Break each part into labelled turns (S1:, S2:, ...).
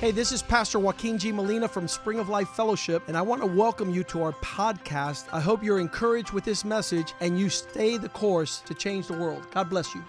S1: Hey, this is Pastor Joaquin G. Molina from Spring of Life Fellowship, and I want to welcome you to our podcast. I hope you're encouraged with this message and you stay the course to change the world. God bless you.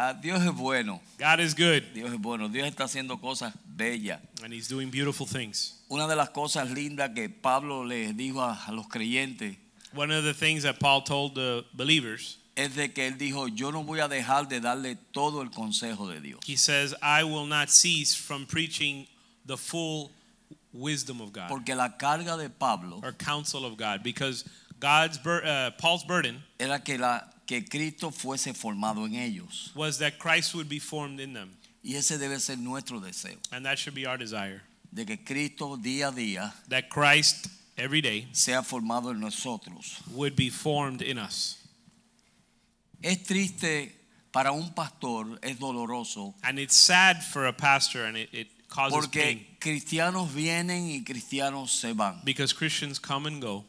S2: Ah, Dios es bueno,
S3: God is good
S2: Dios es bueno, Dios está haciendo cosas bellas.
S3: and he's doing beautiful things.
S2: Una de las cosas lindas que Pablo les dijo a, a los creyentes
S3: One of the things that Paul told the believers,
S2: es de que él dijo, yo no voy a dejar de darle todo el consejo de Dios.
S3: he says, I will not cease from preaching the full wisdom of God
S2: Porque la carga de Pablo
S3: or counsel of God because God's bur- uh, Paul's burden
S2: era que, la, que Cristo fuese formado en ellos.
S3: was that Christ would be formed in them
S2: Y ese debe ser nuestro deseo,
S3: and that should be our desire
S2: de que Cristo día a día
S3: that Christ every day
S2: sea formado en nosotros.
S3: would be formed in us.
S2: Es triste para un pastor, es doloroso
S3: And it's sad for a pastor and it, it causes pain
S2: Porque cristianos vienen y cristianos se van.
S3: because Christians come and go,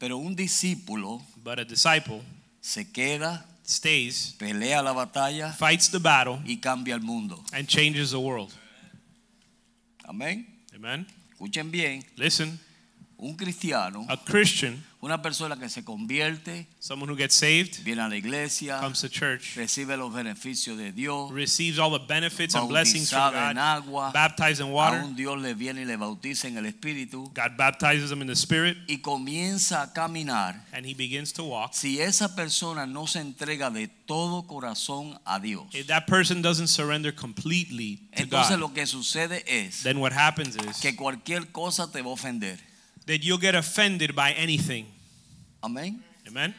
S2: Pero un discípulo
S3: but a disciple
S2: se queda,
S3: stays,
S2: pelea la batalla
S3: fights the battle
S2: y cambia el mundo.
S3: and changes the world.
S2: Amén.
S3: Amen.
S2: Escuchen bien,
S3: Listen,
S2: un cristiano,
S3: a Christian,
S2: una persona que se convierte,
S3: someone who gets saved,
S2: viene a la iglesia,
S3: comes to church,
S2: recibe los beneficios de Dios,
S3: receives all the benefits and blessings from
S2: bautizado en
S3: God,
S2: agua,
S3: baptized in water.
S2: aún Dios le viene y le bautiza en el Espíritu
S3: God baptizes him in the Spirit,
S2: y comienza a caminar.
S3: and he begins to walk.
S2: Si esa persona no se entrega de todo corazón a Dios,
S3: If that person doesn't surrender completely to
S2: Entonces
S3: God,
S2: lo que sucede es
S3: then what happens is
S2: que cualquier cosa te va a ofender.
S3: that you'll get offended by anything.
S2: Amén.
S3: Amen?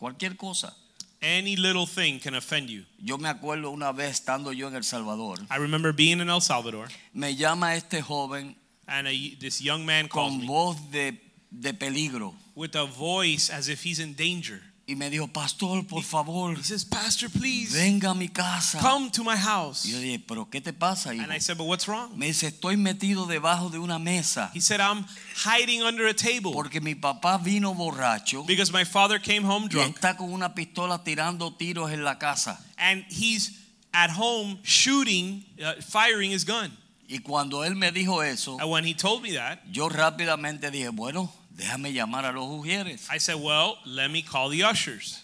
S2: Cualquier cosa.
S3: Any little thing can offend you.
S2: Yo me acuerdo una vez estando yo en El Salvador,
S3: I remember being in El Salvador,
S2: me llama este joven
S3: and a, this young man calls
S2: con
S3: me
S2: voz de, de peligro
S3: with a voice as if he's in danger.
S2: y me dijo, pastor, por favor,
S3: He says, Pastor, please.
S2: venga a mi casa.
S3: come to my house.
S2: Y yo dije, pero ¿qué te pasa, hijo?
S3: And I said, but what's wrong?
S2: Me dice, estoy metido debajo de una mesa
S3: He said, I'm hiding under a table
S2: porque mi papá vino borracho
S3: because my father came home
S2: y
S3: drunk
S2: está con una pistola tirando tiros en la casa.
S3: and he's at home shooting, uh, firing his gun.
S2: Y cuando él me dijo eso,
S3: And when he told me that,
S2: Yo rápidamente dije, bueno, déjame llamar a los ujieres
S3: I said, well, let me call the ushers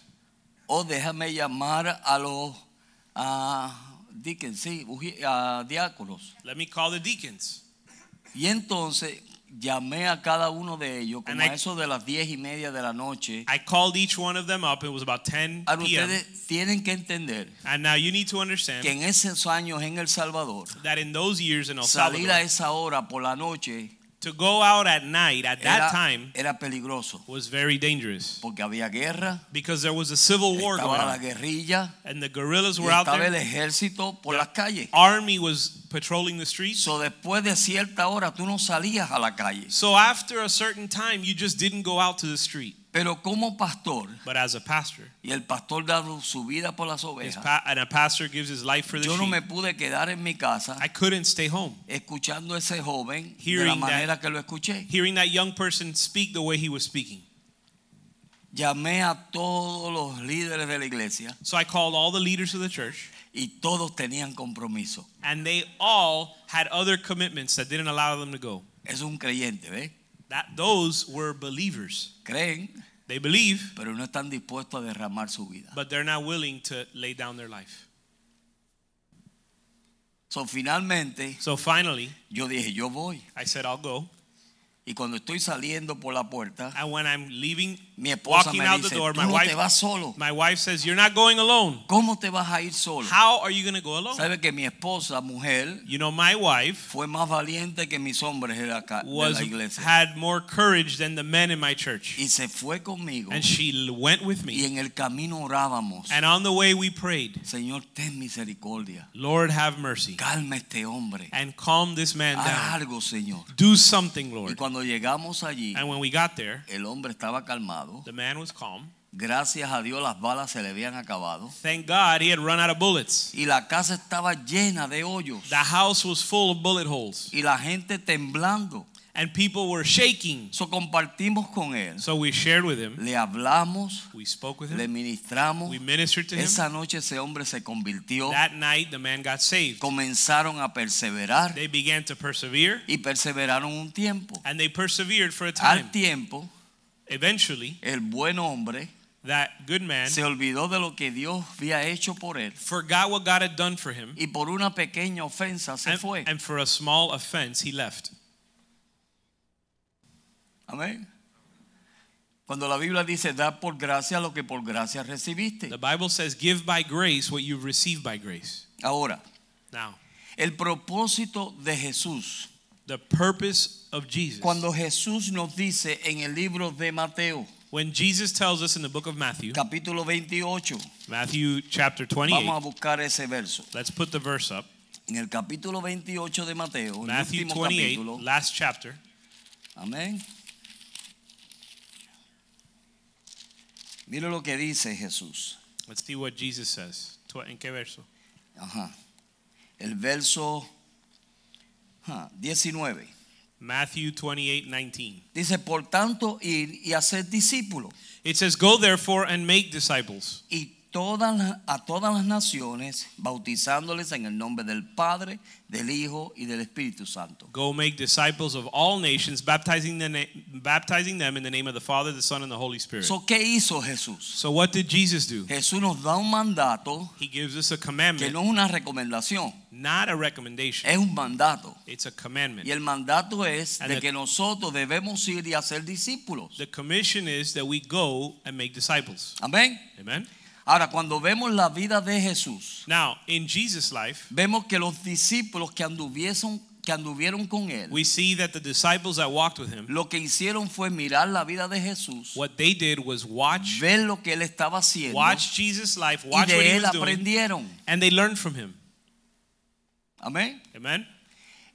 S2: o Oh, déjame llamar a los a, diquen- sí, uji- a diáconos.
S3: let me call the deacons.
S2: Y entonces llamé a cada uno de ellos como
S3: And
S2: a
S3: I-
S2: eso de las diez y media de la noche.
S3: I called each one of them up. It was about 10
S2: Ahora
S3: p.m.
S2: ustedes tienen que entender
S3: And now you need to
S2: que
S3: understand
S2: en esos años en El Salvador,
S3: that in those years in El
S2: salir a
S3: Salvador,
S2: esa hora por la noche
S3: to go out at night at that
S2: era,
S3: time
S2: era peligroso
S3: was very dangerous
S2: porque había guerra,
S3: because there was a civil war going
S2: estaba la
S3: on
S2: guerrilla,
S3: and the guerrillas
S2: y
S3: were out
S2: estaba
S3: there.
S2: el ejército por
S3: The
S2: las calles.
S3: Army was patrolling the streets.
S2: So después de cierta hora tú no salías a la calle.
S3: So after a certain time, you just didn't go out to the street.
S2: Pero como pastor,
S3: But as a pastor,
S2: y el pastor da su vida por las
S3: his
S2: ovejas,
S3: pa- and a pastor gives his life for the
S2: yo no
S3: sheep,
S2: me pude quedar en mi casa
S3: I couldn't stay home.
S2: escuchando a ese joven de la
S3: Hearing that-
S2: manera que lo escuché.
S3: Hearing that young person speak the way he was speaking.
S2: Llamé a todos los líderes de la iglesia
S3: So I called all the leaders of the church,
S2: y todos tenían compromiso.
S3: and they all had other commitments that didn't allow them to go.
S2: Es un creyente, ¿ves?
S3: That those were believers.
S2: Creen,
S3: They believe,
S2: pero no están dispuestos a derramar su vida.
S3: but they're not willing to lay down their life.
S2: So, finalmente,
S3: So finally,
S2: yo dije, yo voy.
S3: I said, I'll go.
S2: Y cuando estoy saliendo por la puerta,
S3: And when I'm leaving,
S2: mi esposa
S3: walking
S2: me
S3: out the
S2: dice,
S3: door,
S2: tú
S3: my
S2: no te
S3: wife
S2: vas solo.
S3: My wife says, You're not going alone.
S2: ¿Cómo te vas a ir solo?
S3: How are you going to go alone?
S2: ¿Sabe que mi esposa, mujer,
S3: You know, my wife
S2: fue más valiente que mis hombres de la, ca- de
S3: was
S2: la iglesia?
S3: had more courage than the men in my church.
S2: Y se fue conmigo
S3: And she l- went with
S2: y
S3: me.
S2: en el camino orábamos.
S3: And on the way, we prayed,
S2: Señor, ten misericordia.
S3: Lord, have mercy
S2: Calma este hombre.
S3: and calm this man
S2: Haz
S3: down.
S2: algo, Señor.
S3: Do something,
S2: Y
S3: Lord.
S2: cuando llegamos allí,
S3: And when we got there,
S2: el hombre estaba calmado.
S3: the man was calm.
S2: Gracias a Dios las balas se le habían acabado.
S3: Thank God he had run out of bullets.
S2: Y la casa estaba llena de hoyos.
S3: The house was full of bullet holes
S2: Y la gente temblando.
S3: and people were shaking.
S2: So compartimos con él.
S3: So we shared with him.
S2: Le hablamos,
S3: We spoke with
S2: le
S3: him.
S2: ministramos.
S3: We ministered to him.
S2: Esa noche ese hombre se convirtió.
S3: That night, the man got saved.
S2: Comenzaron a perseverar
S3: They began to persevere,
S2: y perseveraron un tiempo.
S3: and they persevered for a
S2: Al
S3: time.
S2: tiempo,
S3: Eventually,
S2: el buen hombre
S3: that good man
S2: se olvidó de lo que Dios había hecho por él
S3: forgot what God had done for him,
S2: y por una pequeña ofensa se
S3: and,
S2: fue.
S3: and for a small offense, he left.
S2: Amén. Cuando la Biblia dice, da por gracia lo que por gracia recibiste.
S3: The Bible says, Give by grace what you've received by grace.
S2: Ahora,
S3: Now,
S2: el propósito de Jesús.
S3: the purpose of Jesus.
S2: Cuando Jesús nos dice en el libro de Mateo,
S3: When Jesus tells us in the book of Matthew,
S2: capítulo 28,
S3: Matthew chapter
S2: vamos a
S3: 28,
S2: buscar ese verso.
S3: let's put the verse up.
S2: En el capítulo 28 de Mateo, el
S3: Matthew
S2: último
S3: 28,
S2: capítulo.
S3: last chapter.
S2: Amén. Mire lo que dice Jesús.
S3: Let's see what Jesus says. Tw- ¿En qué verso?
S2: Ajá. El verso ajá, 19.
S3: Matthew 28, 19.
S2: Dice, por tanto, ir y hacer discípulos
S3: It says, Go therefore and make disciples
S2: y todas, las- a todas las naciones, bautizándoles en el nombre del Padre, del Hijo y del Espíritu Santo.
S3: Go make disciples of all nations, baptizing, the na- baptizing them in the name of the Father, the Son, and the Holy Spirit.
S2: So, ¿Qué hizo Jesús?
S3: so what did Jesus do?
S2: Jesús nos da un mandato
S3: He gives us a
S2: que
S3: commandment,
S2: no es una recomendación,
S3: not a recommendation.
S2: es un mandato.
S3: It's a commandment.
S2: Y el mandato es
S3: And
S2: de
S3: the-
S2: que nosotros debemos ir y hacer discípulos.
S3: The commission is that we go and make disciples.
S2: Amén.
S3: Amen.
S2: Ahora, cuando vemos la vida de Jesús,
S3: Now, in Jesus' life,
S2: vemos que los discípulos que anduviesen, que anduvieron con él,
S3: we see that the disciples that walked with him,
S2: lo que hicieron fue mirar la vida de Jesús,
S3: what they did was watch,
S2: ver lo que él estaba haciendo
S3: watch Jesus' life,
S2: y
S3: watch what
S2: de
S3: he
S2: él
S3: was doing,
S2: aprendieron.
S3: and they learned from him.
S2: Amén.
S3: Amen.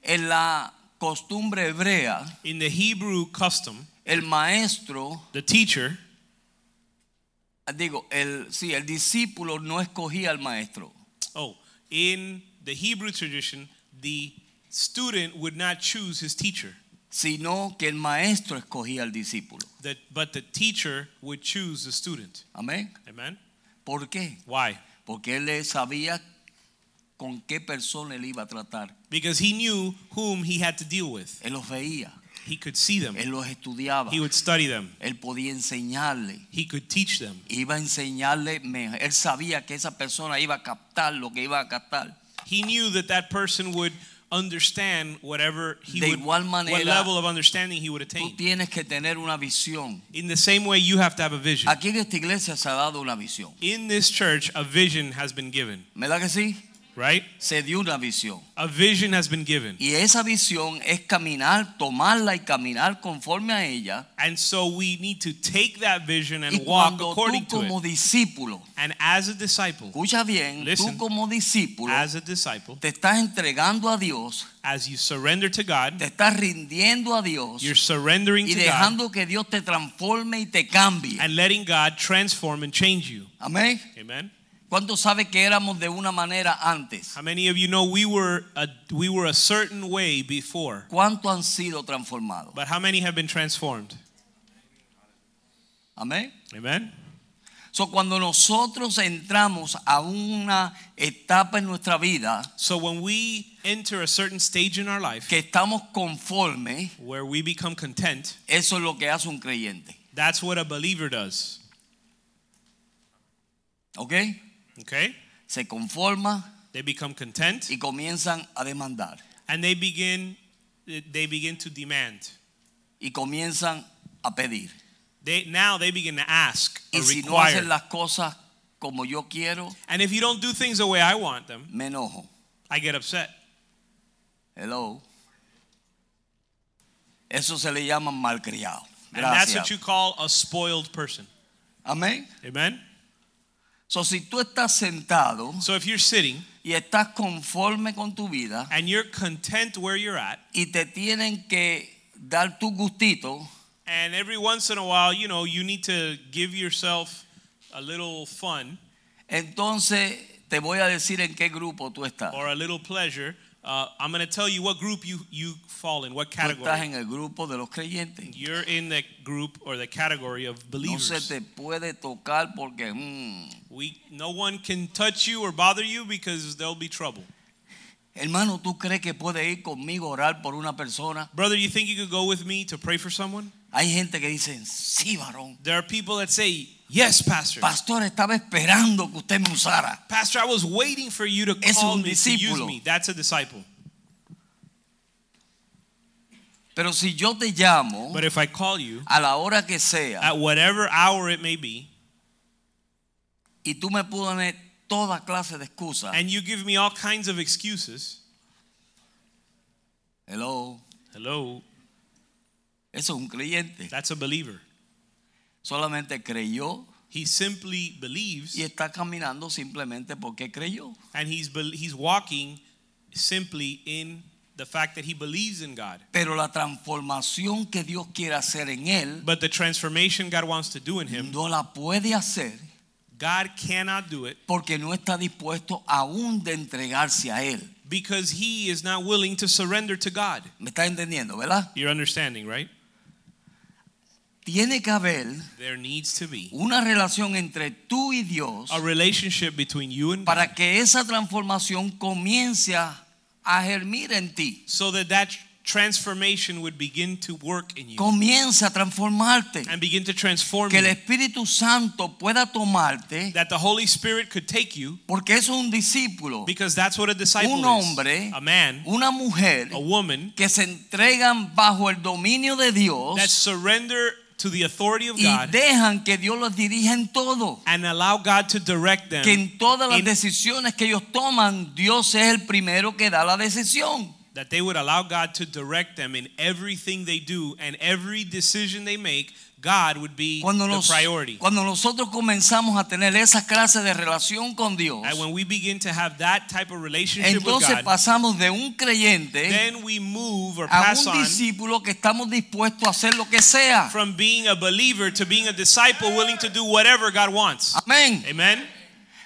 S2: En la costumbre hebrea,
S3: In the Hebrew custom,
S2: el maestro,
S3: the teacher,
S2: digo, el sí, el discípulo no escogía al maestro.
S3: oh, in the Hebrew tradition, the student would not choose his teacher,
S2: sino que el maestro escogía al discípulo.
S3: that, but the teacher would choose the student.
S2: Amén.
S3: Amen.
S2: ¿Por qué?
S3: Why?
S2: Porque él sabía con qué persona él iba a tratar.
S3: Because he knew whom he had to deal with.
S2: Él los veía,
S3: He could see them.
S2: él los estudiaba,
S3: He would study them.
S2: él podía enseñarle.
S3: He could teach them.
S2: Iba a enseñarle, mejor. él sabía que esa persona iba a captar lo que iba a captar.
S3: He knew that that person would understand whatever he
S2: De
S3: would,
S2: igual
S3: what
S2: manera,
S3: level of understanding he would
S2: Tú
S3: attain.
S2: tienes que tener una visión.
S3: In the same way, you have to have a vision.
S2: Aquí en esta iglesia se ha dado una visión.
S3: In this church, a vision has been given,
S2: ¿Verdad que sí?
S3: right?
S2: Se dio una visión.
S3: A vision has been given.
S2: Y esa visión es caminar, tomarla y caminar conforme a ella.
S3: And so we need to take that vision
S2: Y
S3: and walk
S2: cuando
S3: according
S2: tú
S3: to
S2: como
S3: it.
S2: discípulo,
S3: And as a disciple,
S2: escucha bien, tú
S3: Listen.
S2: como discípulo
S3: as a disciple,
S2: te estás entregando a Dios,
S3: as you surrender to God,
S2: te estás rindiendo a Dios
S3: you're surrendering
S2: y
S3: to God
S2: dejando que Dios te transforme y te cambie.
S3: and letting God transform and change you.
S2: Amén.
S3: Amen.
S2: ¿Cuántos saben que éramos de una manera antes?
S3: How many of you know we were a, we were a certain way before,
S2: ¿Cuántos han sido transformados?
S3: but how many have been transformed?
S2: Amén.
S3: Amen.
S2: So, cuando nosotros entramos a una etapa en nuestra vida
S3: So when we enter a certain stage in our life
S2: que estamos conformes,
S3: where we become content,
S2: eso es lo que hace un creyente.
S3: that's what a believer does.
S2: ¿Ok?
S3: Okay?
S2: Se conforma,
S3: They become content
S2: y comienzan a demandar
S3: and they begin they begin to demand.
S2: y comienzan a pedir.
S3: They now they begin to ask or
S2: Y si no
S3: require.
S2: hacen las cosas como yo quiero,
S3: and if you don't do things the way I want them,
S2: me enojo.
S3: I get upset.
S2: Hello. Eso se le llama malcriado.
S3: And that's what
S2: Gracias.
S3: you call a spoiled person.
S2: Amén.
S3: Amen.
S2: So, si tú estás sentado
S3: So if you're sitting
S2: y estás conforme con tu vida
S3: and you're content where you're at,
S2: y te tienen que dar tu gustito,
S3: and every once in a while, you know, you need to give yourself a little fun
S2: entonces te voy a decir en qué grupo tú estás.
S3: or a little pleasure, Uh, I'm going to tell you what group you, you fall in, what
S2: Tú estás
S3: category.
S2: en el grupo de los creyentes.
S3: You're in the group or the category of
S2: No se
S3: believers.
S2: te puede tocar porque mm.
S3: We, no one can touch you or bother you because there'll be trouble.
S2: hermano, ¿tú crees que puede ir conmigo a orar por una persona?
S3: Brother, you think you could go with me to pray for someone?
S2: Hay gente que dice, sí, varón.
S3: There are people that say, Yes, Pastor.
S2: Pastor, estaba esperando que usted me usara.
S3: Pastor, I was waiting for you to
S2: Es
S3: call
S2: un
S3: me, to use
S2: discípulo.
S3: me. That's a disciple.
S2: Pero si yo te llamo
S3: But if I call you
S2: a la hora que sea
S3: at whatever hour it may be,
S2: y tú me pones toda clase de excusas,
S3: and you give me all kinds of excuses,
S2: hello,
S3: hello,
S2: eso es un creyente.
S3: that's a believer.
S2: Solamente creyó
S3: He simply believes,
S2: y está caminando simplemente porque creyó.
S3: and he's bel- he's walking simply in the fact that he believes in God.
S2: Pero la transformación que Dios quiere hacer en él
S3: But the transformation God wants to do in him,
S2: no la puede hacer Mm-hmm.
S3: God cannot do it
S2: porque no está dispuesto aún de entregarse a él.
S3: because he is not willing to surrender to God.
S2: ¿Me está entendiendo, verdad?
S3: You're understanding, right?
S2: Tiene que haber
S3: There needs to be
S2: una relación entre tú y Dios
S3: a relationship between you and God
S2: para que esa transformación comience a a germir en ti.
S3: so that that transformation would begin to work in you
S2: Comience a transformarte.
S3: and begin to transform
S2: Que el
S3: you.
S2: Espíritu Santo pueda tomarte
S3: That the Holy Spirit could take you
S2: porque es un discípulo,
S3: because that's what a disciple
S2: un
S3: is.
S2: hombre,
S3: A man,
S2: una mujer
S3: a woman
S2: que se entregan bajo el dominio de
S3: that
S2: Dios
S3: surrender to the authority of
S2: y
S3: God
S2: dejan que Dios los dirija en todo.
S3: and allow God to direct them.
S2: Que en todas las
S3: in-
S2: decisiones que ellos toman, Dios es el primero que da la decisión.
S3: that they would allow God to direct them in everything they do and every decision they make, God would be
S2: Cuando,
S3: the
S2: nos-
S3: priority.
S2: cuando nosotros comenzamos a tener esa clase de relación con Dios,
S3: And when we begin to have that type of relationship
S2: entonces
S3: with God,
S2: pasamos de un creyente
S3: then we move or
S2: a
S3: pass
S2: un
S3: on
S2: discípulo que estamos dispuestos a hacer lo que sea.
S3: from being a believer to being a disciple willing to do whatever God wants.
S2: Amén.
S3: Amen.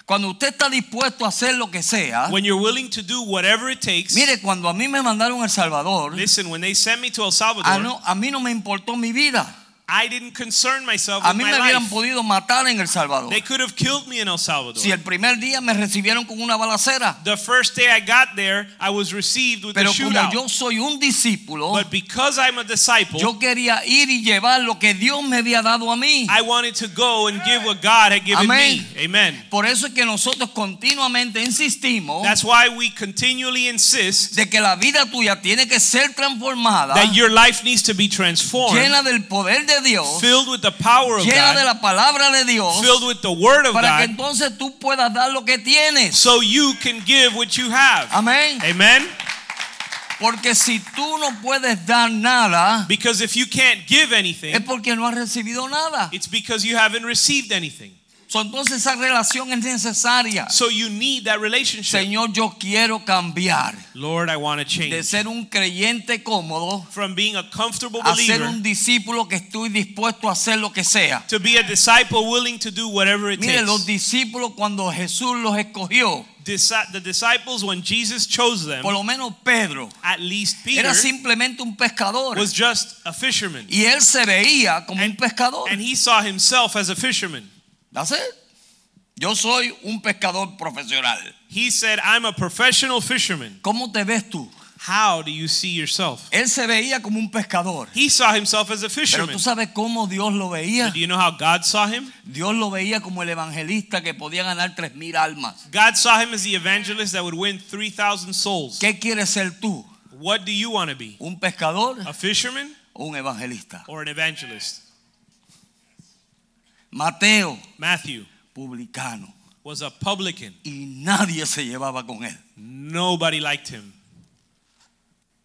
S2: Cuando usted está dispuesto a hacer lo que sea,
S3: When you're willing to do whatever it takes,
S2: mire, cuando a mí me mandaron a El Salvador,
S3: listen, when they sent me to El
S2: a,
S3: Salvador,
S2: Ah, no- a mí no me importó mi vida.
S3: I didn't concern myself
S2: A
S3: with
S2: mí
S3: my
S2: me hubieran
S3: life.
S2: podido matar en El Salvador.
S3: They could have killed me in El Salvador.
S2: Si el primer día me recibieron con una balacera.
S3: The first day I got there, I was received with a
S2: Pero como
S3: shootout.
S2: yo soy un discípulo,
S3: But because I'm a disciple,
S2: yo quería ir y llevar lo que Dios me había dado a mí.
S3: I wanted to go and give what God had given
S2: Amén.
S3: me. Amen.
S2: Por eso es que nosotros continuamente insistimos
S3: That's why we continually insist
S2: de que la vida tuya tiene que ser transformada,
S3: that your life needs to be transformed,
S2: Ah. llena del poder de Dios,
S3: filled with the power of
S2: llena de
S3: God,
S2: la palabra de Dios,
S3: filled with the Word of
S2: para que
S3: God,
S2: entonces tú puedas dar lo que tienes.
S3: so Eh. you can give what you have.
S2: Amén.
S3: Amen.
S2: Porque si tú no puedes dar nada,
S3: Because if you can't give
S2: es
S3: anything,
S2: porque no has recibido nada.
S3: it's because you haven't received anything.
S2: So, entonces esa relación es necesaria.
S3: So you need that relationship.
S2: Señor, yo quiero cambiar
S3: Lord, I want to
S2: de
S3: change
S2: ser un creyente cómodo
S3: from being a comfortable
S2: a ser
S3: believer
S2: un discípulo que estoy dispuesto a hacer lo que sea.
S3: to be a disciple willing to do whatever it
S2: Mire, los
S3: takes.
S2: discípulos cuando Jesús los escogió,
S3: Disi- the disciples, when Jesus chose them,
S2: por lo menos Pedro,
S3: at least Em, Peter
S2: era simplemente un pescador.
S3: was just a fisherman.
S2: Y él se veía como un pescador.
S3: And he saw himself as a fisherman.
S2: That's it. Yo soy un pescador profesional.
S3: He said, I'm a professional fisherman.
S2: ¿Cómo te ves tú?
S3: How do you see yourself?
S2: Él se veía como un pescador.
S3: He saw himself as a
S2: Pero
S3: fisherman.
S2: tú sabes cómo Dios lo veía.
S3: But do you know how God saw him?
S2: Dios lo veía como el evangelista que podía ganar tres mil almas.
S3: God saw him as the evangelist that would win 3,000 souls.
S2: ¿Qué quieres ser tú?
S3: What do you want to be?
S2: ¿Un pescador
S3: A fisherman
S2: o un evangelista?
S3: or an evangelist?
S2: Mateo,
S3: Matthew
S2: publicano,
S3: was a publican.
S2: y nadie se llevaba con él,
S3: Nobody liked him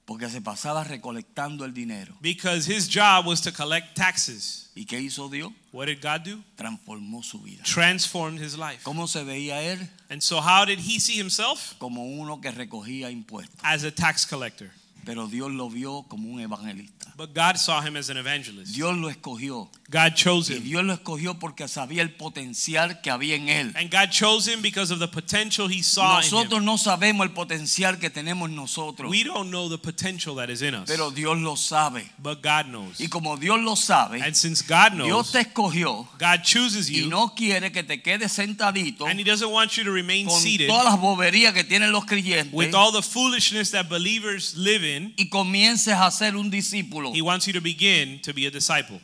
S2: porque se pasaba recolectando el dinero.
S3: because his job was to collect taxes.
S2: ¿Y qué hizo Dios?
S3: What did God do?
S2: Transformó su vida.
S3: Transformed his life.
S2: ¿Cómo se veía él?
S3: And so, how did he see himself?
S2: Como uno que recogía impuestos.
S3: As a tax collector.
S2: Pero Dios lo vio como un evangelista.
S3: But God saw him as an evangelist.
S2: Dios lo escogió.
S3: God chose
S2: Y
S3: him.
S2: Dios lo escogió porque sabía el potencial que había en él.
S3: And God chose him because of the potential he saw in
S2: Nosotros
S3: him.
S2: no sabemos el potencial que tenemos nosotros,
S3: We don't know the potential that is in us.
S2: pero Dios lo sabe.
S3: But God knows.
S2: Y como Dios lo sabe,
S3: And since God
S2: Dios
S3: knows,
S2: te escogió
S3: God chooses
S2: y
S3: you.
S2: no quiere que te quedes sentadito
S3: And he doesn't want you to remain
S2: con
S3: seated
S2: todas las boberías que tienen los creyentes
S3: with all the foolishness that believers live in.
S2: y comiences a ser un discípulo.
S3: He wants you to begin to be a disciple.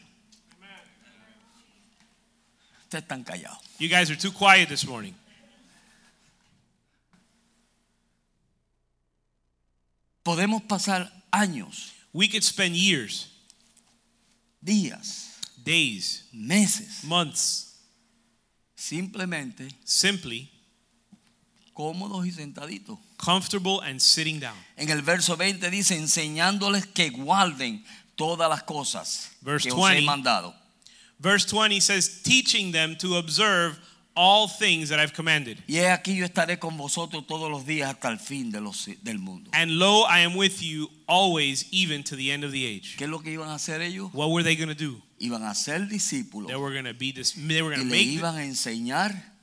S2: Ustedes están callados.
S3: You guys are too quiet this morning.
S2: Podemos pasar años,
S3: We could spend years,
S2: días,
S3: days,
S2: meses,
S3: months
S2: simplemente
S3: simply
S2: cómodos y sentaditos.
S3: comfortable and sitting down.
S2: En el verso 20 dice, enseñándoles que guarden todas las cosas
S3: Verse
S2: que os he
S3: 20.
S2: mandado.
S3: Verse 20 says, teaching them to observe all things that I've commanded.
S2: Y he aquí yo estaré con vosotros todos los días hasta el fin de los, del mundo.
S3: And lo, I am with you always, even to the end of the age.
S2: ¿Qué es lo que iban a hacer ellos?
S3: What were they going to do?
S2: Iban a ser discípulos
S3: They were going to be dis- they were
S2: y
S3: going to
S2: le
S3: make
S2: iban a enseñar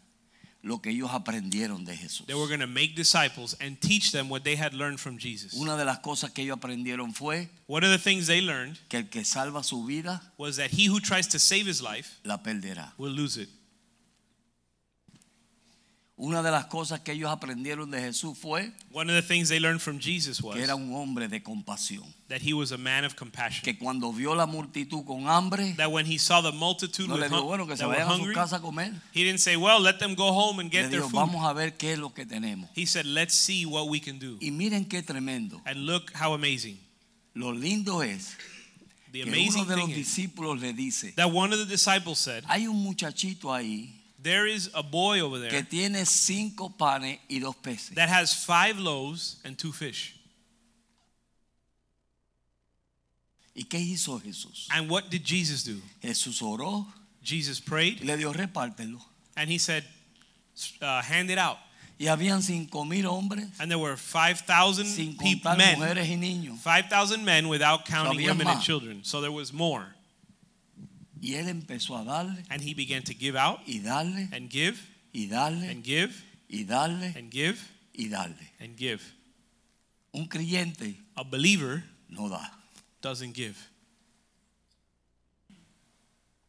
S2: lo que ellos aprendieron de Jesús.
S3: they were going to make disciples and teach them what they had learned from Jesus.
S2: Una de las cosas que ellos aprendieron fue
S3: One of the things they learned
S2: que el que salva su vida
S3: was that he who tries to save his life
S2: la perderá.
S3: will lose it.
S2: Una de las cosas que ellos aprendieron de Jesús fue
S3: One of the things they learned from Jesus
S2: que
S3: was
S2: era un hombre de compasión.
S3: that he was a man of compassion.
S2: Que cuando vio la multitud con hambre,
S3: That when he saw the multitude
S2: no
S3: with
S2: le dijo,
S3: hun-
S2: bueno, que se
S3: that were
S2: vayan a su
S3: hungry,
S2: casa a comer.
S3: he didn't say, "Well, let them go home and
S2: Le
S3: get their
S2: dijo,
S3: food."
S2: vamos a ver qué es lo que tenemos.
S3: He said, "Let's see what we can do."
S2: Y miren qué tremendo.
S3: And look how amazing.
S2: Lo lindo es
S3: The
S2: que uno
S3: amazing
S2: de los
S3: thing is
S2: discípulos le dice,
S3: that one of the disciples said,
S2: hay un muchachito ahí
S3: "There is a boy over
S2: que
S3: there
S2: tiene cinco panes y dos peces.
S3: that has 5 loaves and 2 fish."
S2: ¿Y qué hizo Jesús?
S3: And what did Jesus do?
S2: Jesús oró
S3: Jesus
S2: y
S3: prayed
S2: le dio repártelo.
S3: and he said, "S- uh, hand it out.
S2: Y habían cinco mil hombres,
S3: And there were 5,000
S2: sin
S3: peop-
S2: contar
S3: men,
S2: mujeres y niños.
S3: 5,000 men without counting
S2: había
S3: women and
S2: más.
S3: children. So there was more.
S2: Y él empezó a darle
S3: And he began to give out
S2: y darle
S3: and give
S2: y darle
S3: and give
S2: y darle
S3: and give
S2: y darle.
S3: and give.
S2: Un creyente
S3: A believer
S2: no da.
S3: doesn't give.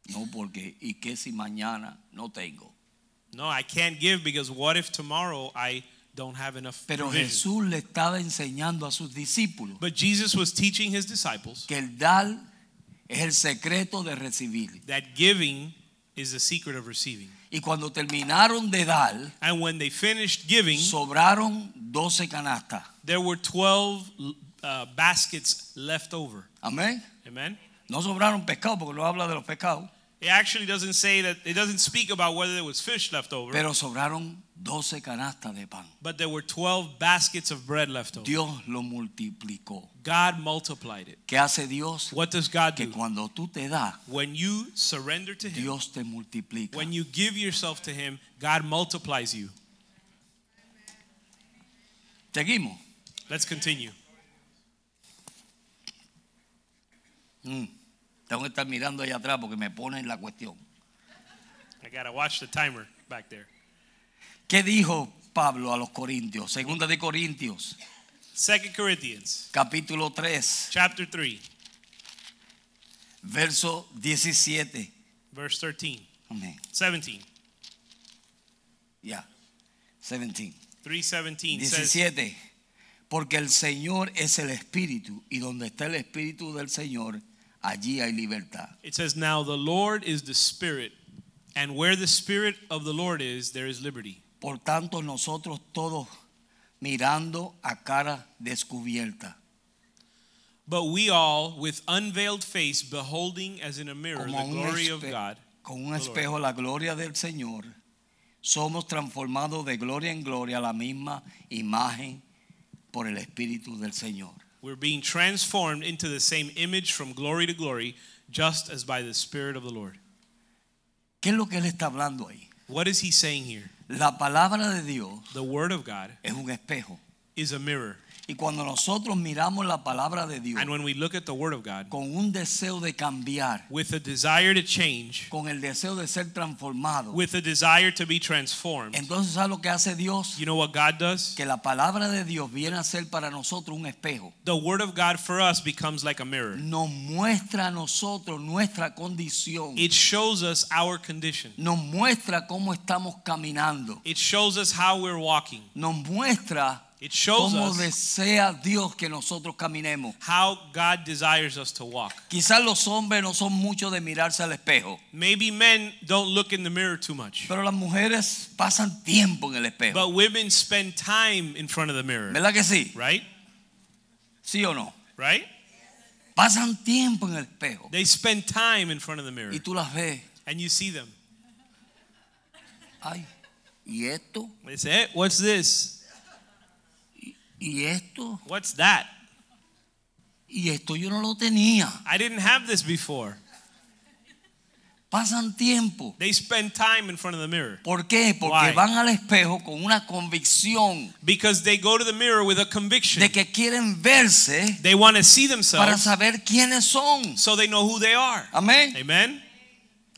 S2: No porque, ¿y qué si mañana no tengo?
S3: No, I can't give because what if tomorrow I don't have enough
S2: Pero
S3: provision?
S2: Jesús le estaba enseñando a sus discípulos
S3: But Jesus was teaching his disciples
S2: que el dar es el secreto de recibir.
S3: that giving is the secret of receiving.
S2: Y cuando terminaron de dar,
S3: And when they finished giving,
S2: sobraron 12 canastas.
S3: there were 12 uh, baskets left over.
S2: Amén.
S3: Amen.
S2: No sobraron pescado porque no habla de los pescados,
S3: It actually doesn't say that, it doesn't speak about whether there was fish left over,
S2: pero sobraron 12 canastas de pan.
S3: but there were 12 baskets of bread left over.
S2: Dios lo multiplicó.
S3: God multiplied it.
S2: ¿Qué hace Dios?
S3: What does God
S2: Que
S3: do?
S2: cuando tú te das,
S3: When you surrender to Him,
S2: Dios te multiplica.
S3: when you give yourself to Him, God multiplies you.
S2: Seguimos.
S3: Let's continue.
S2: Mm. Tengo que estar mirando allá atrás porque me ponen la cuestión.
S3: I gotta watch the timer back there.
S2: ¿Qué dijo Pablo a los Corintios? Segunda de Corintios,
S3: Second Corinthians
S2: capítulo 3,
S3: chapter 3,
S2: verso 17.
S3: verse 13,
S2: Amén.
S3: 17.
S2: Ya. 17.
S3: 317 says,
S2: 17. Porque el Señor es el Espíritu y donde está el Espíritu del Señor, allí hay libertad.
S3: it says, Now the Lord is the Spirit, and where the Spirit of the Lord is, there is liberty.
S2: Por tanto, nosotros todos mirando a cara descubierta,
S3: But we all, with unveiled face, beholding as in a mirror
S2: como a
S3: the
S2: un
S3: glory of
S2: espe-
S3: God,
S2: con un
S3: the Lord,
S2: espejo la gloria del Señor, somos transformados de gloria en gloria a la misma imagen por el Espíritu del Señor.
S3: we're being transformed into the same image from glory to glory, just as by the Spirit of the Lord.
S2: ¿Qué es lo que Él está hablando ahí?
S3: What is he saying here?
S2: La palabra de Dios
S3: The Word of God
S2: es un espejo.
S3: is a mirror.
S2: Y cuando nosotros miramos la palabra de Dios
S3: And when we look at the Word of God
S2: con un deseo de cambiar,
S3: with a desire to change,
S2: con el deseo de ser transformado,
S3: with a desire to be transformed,
S2: entonces ¿sabes lo que hace Dios?
S3: you know what God does?
S2: Que la palabra de Dios viene a ser para nosotros un espejo.
S3: The Word of God for us becomes like a mirror.
S2: Nos muestra a nosotros nuestra condición.
S3: It shows us our condition.
S2: Nos muestra cómo estamos caminando.
S3: It shows us how we're walking.
S2: Nos muestra
S3: It shows
S2: cómo
S3: us
S2: desea Dios que nosotros caminemos.
S3: how God desires us to walk.
S2: Quizás los hombres no son muchos de mirarse al espejo,
S3: Maybe men don't look in the mirror too much,
S2: pero las mujeres pasan tiempo en el espejo.
S3: but women spend time in front of the mirror.
S2: ¿Verdad que sí?
S3: Right?
S2: ¿Sí o no?
S3: Right?
S2: Pasan tiempo en el espejo
S3: They spend time in front of the mirror
S2: y tú las ves.
S3: and you see them.
S2: Ay, ¿y esto?
S3: They say, "Eh, What's this?
S2: ¿Y esto?
S3: What's that?
S2: ¿Y esto yo no lo tenía?
S3: I didn't have this before.
S2: Pasan tiempo.
S3: They spend time in front of the mirror
S2: ¿Por qué? Porque
S3: Why?
S2: van al espejo con una convicción
S3: because they go to the mirror with a conviction.
S2: de que quieren verse
S3: They want to see
S2: para
S3: themselves
S2: saber quiénes son.
S3: so they know who they are.
S2: Amén.
S3: Amen?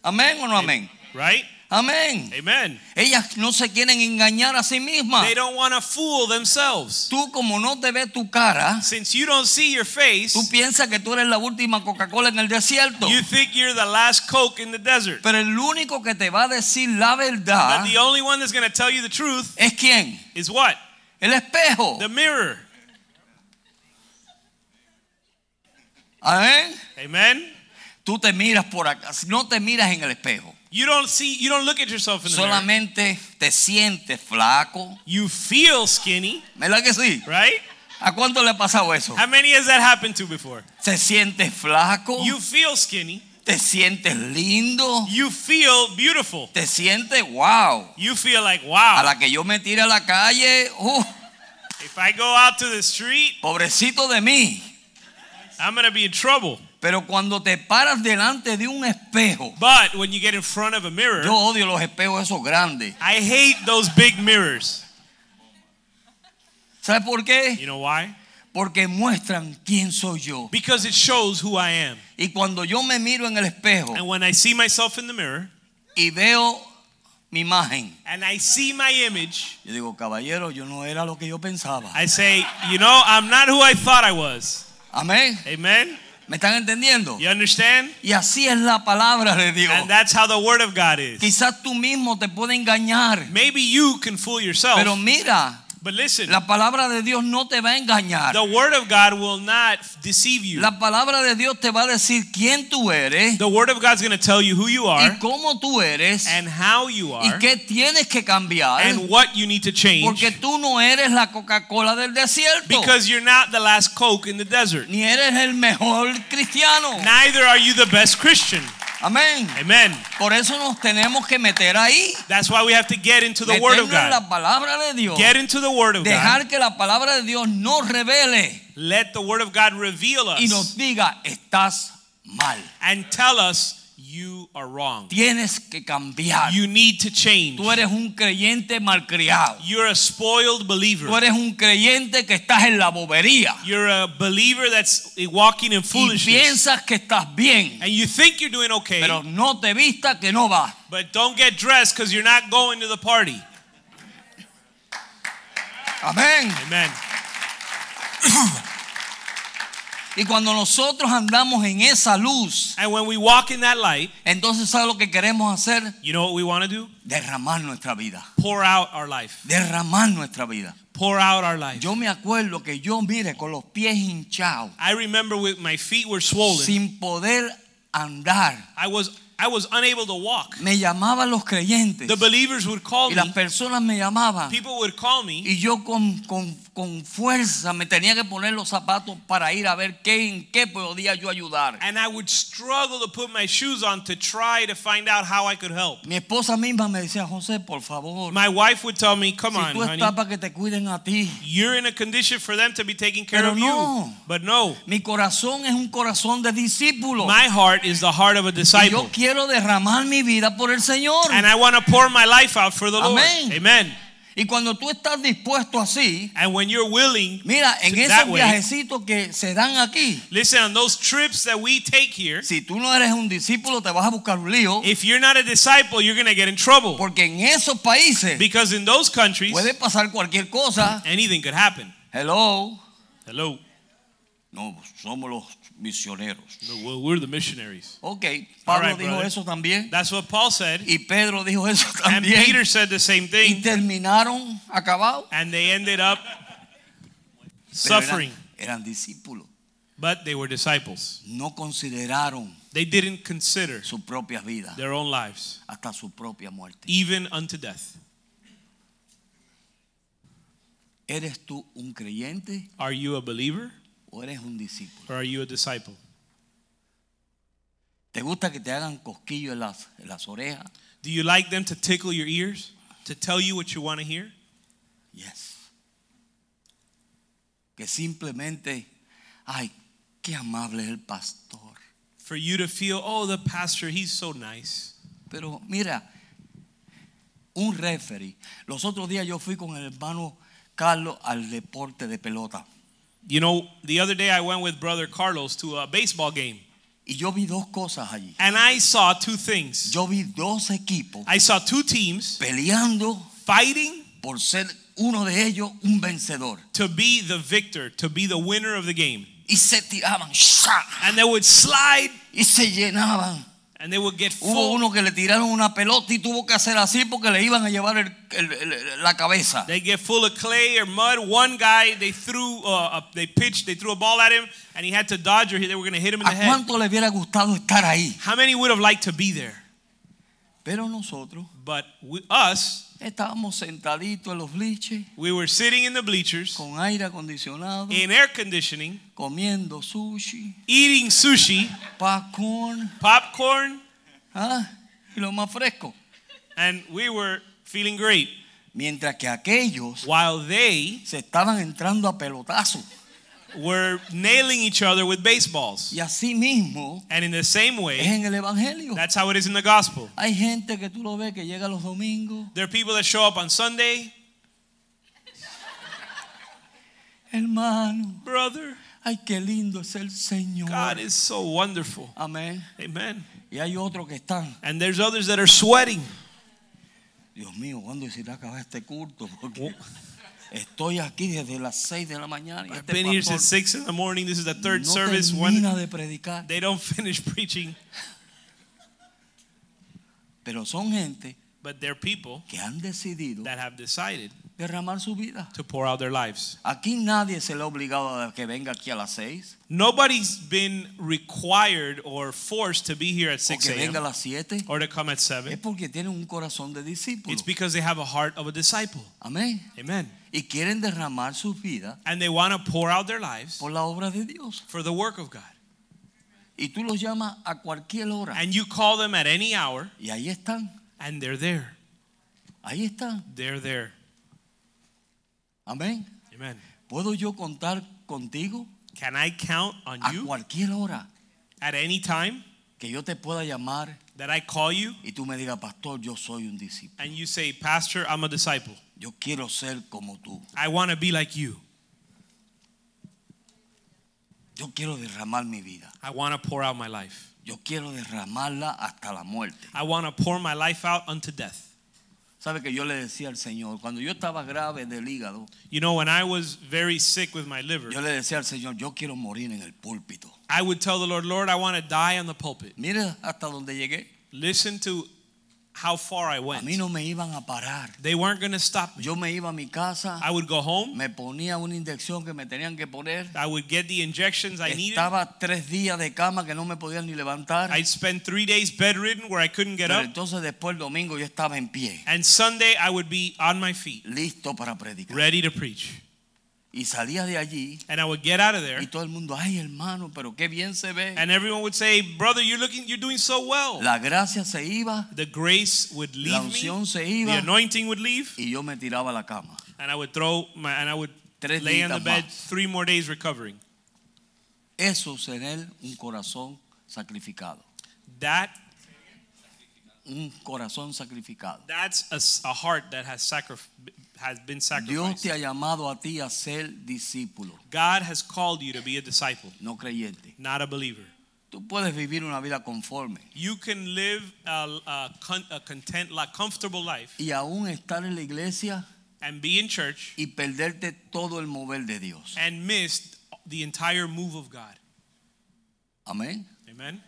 S2: Amén o no amén.
S3: Right?
S2: Amén.
S3: Amen.
S2: Ellas no se quieren engañar a sí mismas.
S3: They don't want to fool themselves.
S2: Tú como no te ve tu cara,
S3: Since you don't see your face,
S2: tú piensas que tú eres la última Coca-Cola en el desierto.
S3: you think you're the last Coke in the desert.
S2: Pero ah. el único que te va a decir la verdad
S3: But the only one that's going to tell you the truth
S2: es quién?
S3: is what?
S2: El espejo.
S3: The mirror.
S2: Amén.
S3: Amen?
S2: Tú te miras por acá, no te miras en el espejo.
S3: You don't see, you don't look at yourself in the mirror.
S2: Solamente te sientes flaco.
S3: You feel skinny,
S2: ¿Verdad que sí?
S3: right?
S2: ¿A cuánto le ha pasado eso?
S3: How many has that happened to before?
S2: ¿Te sientes flaco?
S3: You feel skinny.
S2: ¿Te sientes lindo?
S3: You feel beautiful.
S2: ¿Te sientes wow?
S3: You feel like,
S2: A
S3: wow,
S2: la que yo me tire a la calle, uh,
S3: if I go out to the street,
S2: pobrecito de mí.
S3: I'm going to be in trouble.
S2: Pero cuando te paras delante de un espejo,
S3: But when you get in front of a mirror,
S2: yo odio los espejos esos grandes.
S3: I hate those big mirrors.
S2: ¿Sabes por qué?
S3: You know why?
S2: Porque muestran quién soy yo.
S3: Because it shows who I am.
S2: Y cuando yo me miro en el espejo
S3: And when I see myself in the mirror
S2: y veo mi imagen,
S3: and I see my image,
S2: Yo digo, caballero, yo no era lo que yo pensaba.
S3: I say, you know, I'm not who I thought I was.
S2: Amén.
S3: Amen?
S2: ¿Me están entendiendo?
S3: You understand?
S2: Y así es la palabra de Dios.
S3: And that's how the Word of God is.
S2: Quizás tú mismo te puede engañar.
S3: Maybe you can fool yourself,
S2: Pero mira,
S3: but listen,
S2: la palabra de Dios no te va a engañar.
S3: the Word of God will not deceive you.
S2: La palabra de Dios te va a decir quién tú eres
S3: The Word of God's going to tell you who you
S2: y
S3: are
S2: cómo tú eres
S3: and how you
S2: y
S3: are
S2: qué tienes que cambiar.
S3: and what you need to change
S2: Porque tú no eres la Coca-Cola del desierto.
S3: because you're not the last Coke in the desert.
S2: Ni eres el mejor cristiano.
S3: Neither are you the best Christian.
S2: Amén.
S3: Amen.
S2: Por eso nos tenemos que meter ahí.
S3: That's why we have to get into the Word of
S2: Meternos en
S3: God.
S2: la palabra de Dios.
S3: Get into the Word of God.
S2: Dejar que la palabra de Dios nos revele
S3: Let the Word of God reveal
S2: y nos
S3: us
S2: diga, estás mal,
S3: and tell us you are wrong.
S2: tienes que cambiar.
S3: You need to change.
S2: Tú eres un creyente malcriado.
S3: You're a spoiled
S2: Tú
S3: believer.
S2: eres un creyente que estás en la bobería
S3: You're a believer that's walking in
S2: y
S3: foolishness.
S2: piensas que estás bien,
S3: And you think you're doing okay,
S2: pero no te vista que no vas.
S3: but don't get dressed because you're not going to the party.
S2: Amén.
S3: Amen.
S2: Y cuando nosotros andamos en esa luz,
S3: And when we walk in that light,
S2: entonces ¿sabes lo que queremos hacer?
S3: you know what we want to do?
S2: Derramar nuestra vida.
S3: Pour out our life.
S2: Derramar nuestra vida.
S3: Pour out our life.
S2: Yo me acuerdo que yo, mire, con los pies hinchados.
S3: I remember with my feet were swollen.
S2: sin poder andar.
S3: I was I was unable to walk.
S2: Me llamaban los creyentes
S3: The believers would call
S2: y
S3: me.
S2: las personas me llamaban.
S3: People would call me,
S2: Y yo con, con- con fuerza me tenía que poner los zapatos para ir a ver qué, en qué podía yo ayudar.
S3: and I would struggle to put my shoes on to try to find out how I could help.
S2: Mi esposa misma me decía, José, por favor,
S3: My wife would tell me, "Come
S2: si
S3: on,
S2: tú estás
S3: honey,
S2: para que te cuiden a ti.
S3: you're in a condition for them to be taking care
S2: Pero
S3: of
S2: no.
S3: you." But no,
S2: Mi corazón es un corazón de discípulo.
S3: my heart is the heart of a
S2: Y yo
S3: disciple,
S2: quiero derramar mi vida por el Señor.
S3: and I want to pour my life out for the Lord.
S2: Amén.
S3: Amen.
S2: y Y cuando tú estás dispuesto así,
S3: And when you're willing,
S2: mira, en
S3: to-
S2: esos
S3: that way.
S2: viajecitos que se dan aquí,
S3: listen, on those trips that we take here,
S2: si tú no eres un discípulo, te vas a buscar un lío.
S3: if you're not a disciple, you're going to get in trouble.
S2: Porque en esos países
S3: Because in those countries,
S2: puede pasar cualquier cosa.
S3: anything could happen.
S2: Hello.
S3: Hello.
S2: No, somos los misioneros.
S3: No, Well, we're the missionaries.
S2: Ok, Pablo
S3: right,
S2: dijo
S3: brother.
S2: eso también.
S3: That's what Paul said.
S2: Y Pedro dijo eso
S3: And
S2: también.
S3: Peter said the same
S2: y
S3: thing.
S2: terminaron acabados.
S3: And they ended up
S2: Pero eran-
S3: suffering.
S2: eran discípulos.
S3: But they were disciples.
S2: No consideraron
S3: They didn't consider
S2: sus propias vidas
S3: their own lives,
S2: hasta su propia muerte.
S3: even unto death.
S2: ¿Eres tú un creyente
S3: Are you a believer
S2: o eres un discípulo?
S3: or are you a disciple?
S2: ¿Te gusta que te hagan cosquillo en las, en las orejas?
S3: Do you like them to tickle your ears, to tell you what you want to hear?
S2: Yes. Que simplemente, ay, qué amable es el pastor.
S3: For you to feel, oh, the pastor, he's so nice.
S2: Pero mira, un referee. Los otros días yo fui con el hermano Carlos al deporte de pelota.
S3: You know, the other day I went with Brother Carlos to a baseball game,
S2: Y yo vi dos cosas allí.
S3: and I saw two things.
S2: Yo vi dos equipos
S3: I saw two teams
S2: peleando
S3: fighting
S2: por ser uno de ellos un vencedor.
S3: to be the victor, to be the winner of the game.
S2: Y se tiraban ¡sha!
S3: And they would slide
S2: y se llenaban.
S3: and they would get
S2: Hubo
S3: full.
S2: uno que le tiraron una pelota y tuvo que hacer así porque le iban a llevar el- el- el- la cabeza.
S3: They get full of clay or mud. One guy, they threw, uh, a- they pitched, they threw a ball at him, and he had to dodge or he- they were going to hit him in the
S2: ¿A
S3: head.
S2: cuánto le hubiera gustado estar ahí?
S3: How many would have liked to be there?
S2: Pero nosotros
S3: But we, us,
S2: estábamos sentaditos en los bleachers
S3: we were sitting in the bleachers
S2: con aire acondicionado,
S3: in air conditioning,
S2: comiendo sushi,
S3: eating sushi,
S2: popcorn
S3: popcorn,
S2: ¿ah? y lo más fresco.
S3: and we were feeling great.
S2: Mientras que aquellos
S3: While they
S2: se estaban entrando a pelotazos.
S3: were nailing each other with baseballs.
S2: Y así mismo
S3: And in the
S2: es
S3: same way,
S2: en el Evangelio.
S3: that's how it is in the gospel.
S2: Hay gente que tú lo ves que llega los domingos.
S3: There are people that show up on Sunday,
S2: Hermano,
S3: brother,
S2: ay, qué lindo es el Señor.
S3: God is so wonderful.
S2: Amén.
S3: Amen.
S2: Y hay otros que están.
S3: And there's others that are sweating.
S2: Dios mío, ¿cuándo se irá a acabar este culto? Porque estoy aquí desde las 6 de la mañana. Y
S3: I've
S2: este
S3: been here
S2: pastor
S3: since six in the morning. This is the third
S2: no
S3: service. One,
S2: termina de predicar.
S3: they don't finish preaching,
S2: Pero son gente
S3: but they're people
S2: que han decidido
S3: that have decided
S2: derramar su vida.
S3: to pour out their lives.
S2: Aquí nadie se le ha obligado a que venga aquí a las 6
S3: Nobody's been required or forced to be here at
S2: o
S3: 6
S2: que venga a
S3: a.m.
S2: las 7.
S3: or to come at
S2: Es
S3: 7.
S2: porque tienen un corazón de discípulo.
S3: It's because they have a heart of a disciple.
S2: Amén.
S3: Amen.
S2: y quieren derramar sus vidas
S3: And they want to pour out their lives
S2: por la obra de Dios.
S3: for the work of God.
S2: Y tú los llamas a cualquier hora.
S3: And you call them at any hour,
S2: Y ahí están,
S3: and they're there.
S2: ahí están.
S3: They're there.
S2: Amén.
S3: Amen.
S2: ¿Puedo yo contar contigo
S3: Can I count on
S2: a
S3: you
S2: cualquier hora
S3: at any time
S2: que yo te pueda llamar
S3: that I call you?
S2: y tú me digas, pastor, yo soy un discípulo.
S3: and you say, Pastor, I'm a disciple.
S2: Yo quiero ser como tú.
S3: I want to be like you.
S2: Yo quiero derramar mi vida.
S3: I want to pour out my life.
S2: Yo quiero derramarla hasta la muerte.
S3: I want to pour my life out unto death.
S2: ¿Sabe que yo le decía al Señor, cuando yo estaba grave del hígado,
S3: You know, when I was very sick with my liver,
S2: yo le decía al Señor, yo quiero morir en el púlpito.
S3: I would tell the Lord, Lord, I want to die on the pulpit.
S2: Mira hasta donde llegué.
S3: Listen to how far I
S2: A
S3: went.
S2: mí no me iban a parar.
S3: They weren't going to stop me.
S2: Yo me iba a mi casa,
S3: I would go home.
S2: me ponía una inyección que me tenían que poner.
S3: I would get the injections I needed.
S2: Estaba tres días de cama que no me podían ni levantar.
S3: I'd spend three days bedridden where I couldn't get
S2: Pero
S3: up.
S2: entonces después el domingo yo estaba en pie,
S3: And Sunday, I would be on my feet,
S2: listo para predicar.
S3: ready to preach.
S2: Y salía de allí
S3: And I would get out of
S2: y
S3: there.
S2: todo el mundo, ay hermano, pero qué bien se ve.
S3: And everyone would say, Brother, you're looking, you're doing so well.
S2: La gracia se iba,
S3: the grace would
S2: la
S3: leave me,
S2: unción se
S3: the
S2: iba
S3: anointing would leave,
S2: y yo me tiraba a la cama.
S3: and I would throw my and I would
S2: Tres
S3: lay on the
S2: días
S3: bed
S2: más.
S3: three more days recovering.
S2: Eso es tener un corazón sacrificado,
S3: That
S2: un corazón sacrificado.
S3: that's a, s- a heart that has sacri- has been
S2: Dios
S3: sacrificed.
S2: te ha llamado a ti a ser discípulo,
S3: God has called you to be a disciple,
S2: no creyente.
S3: not a believer.
S2: Tú puedes vivir una vida conforme
S3: You can live a, a, con, a content, like, comfortable life
S2: y aún estar en la iglesia
S3: and be in church
S2: y perderte todo el mover de Dios.
S3: and miss the entire move of God.
S2: Amén.
S3: Amen?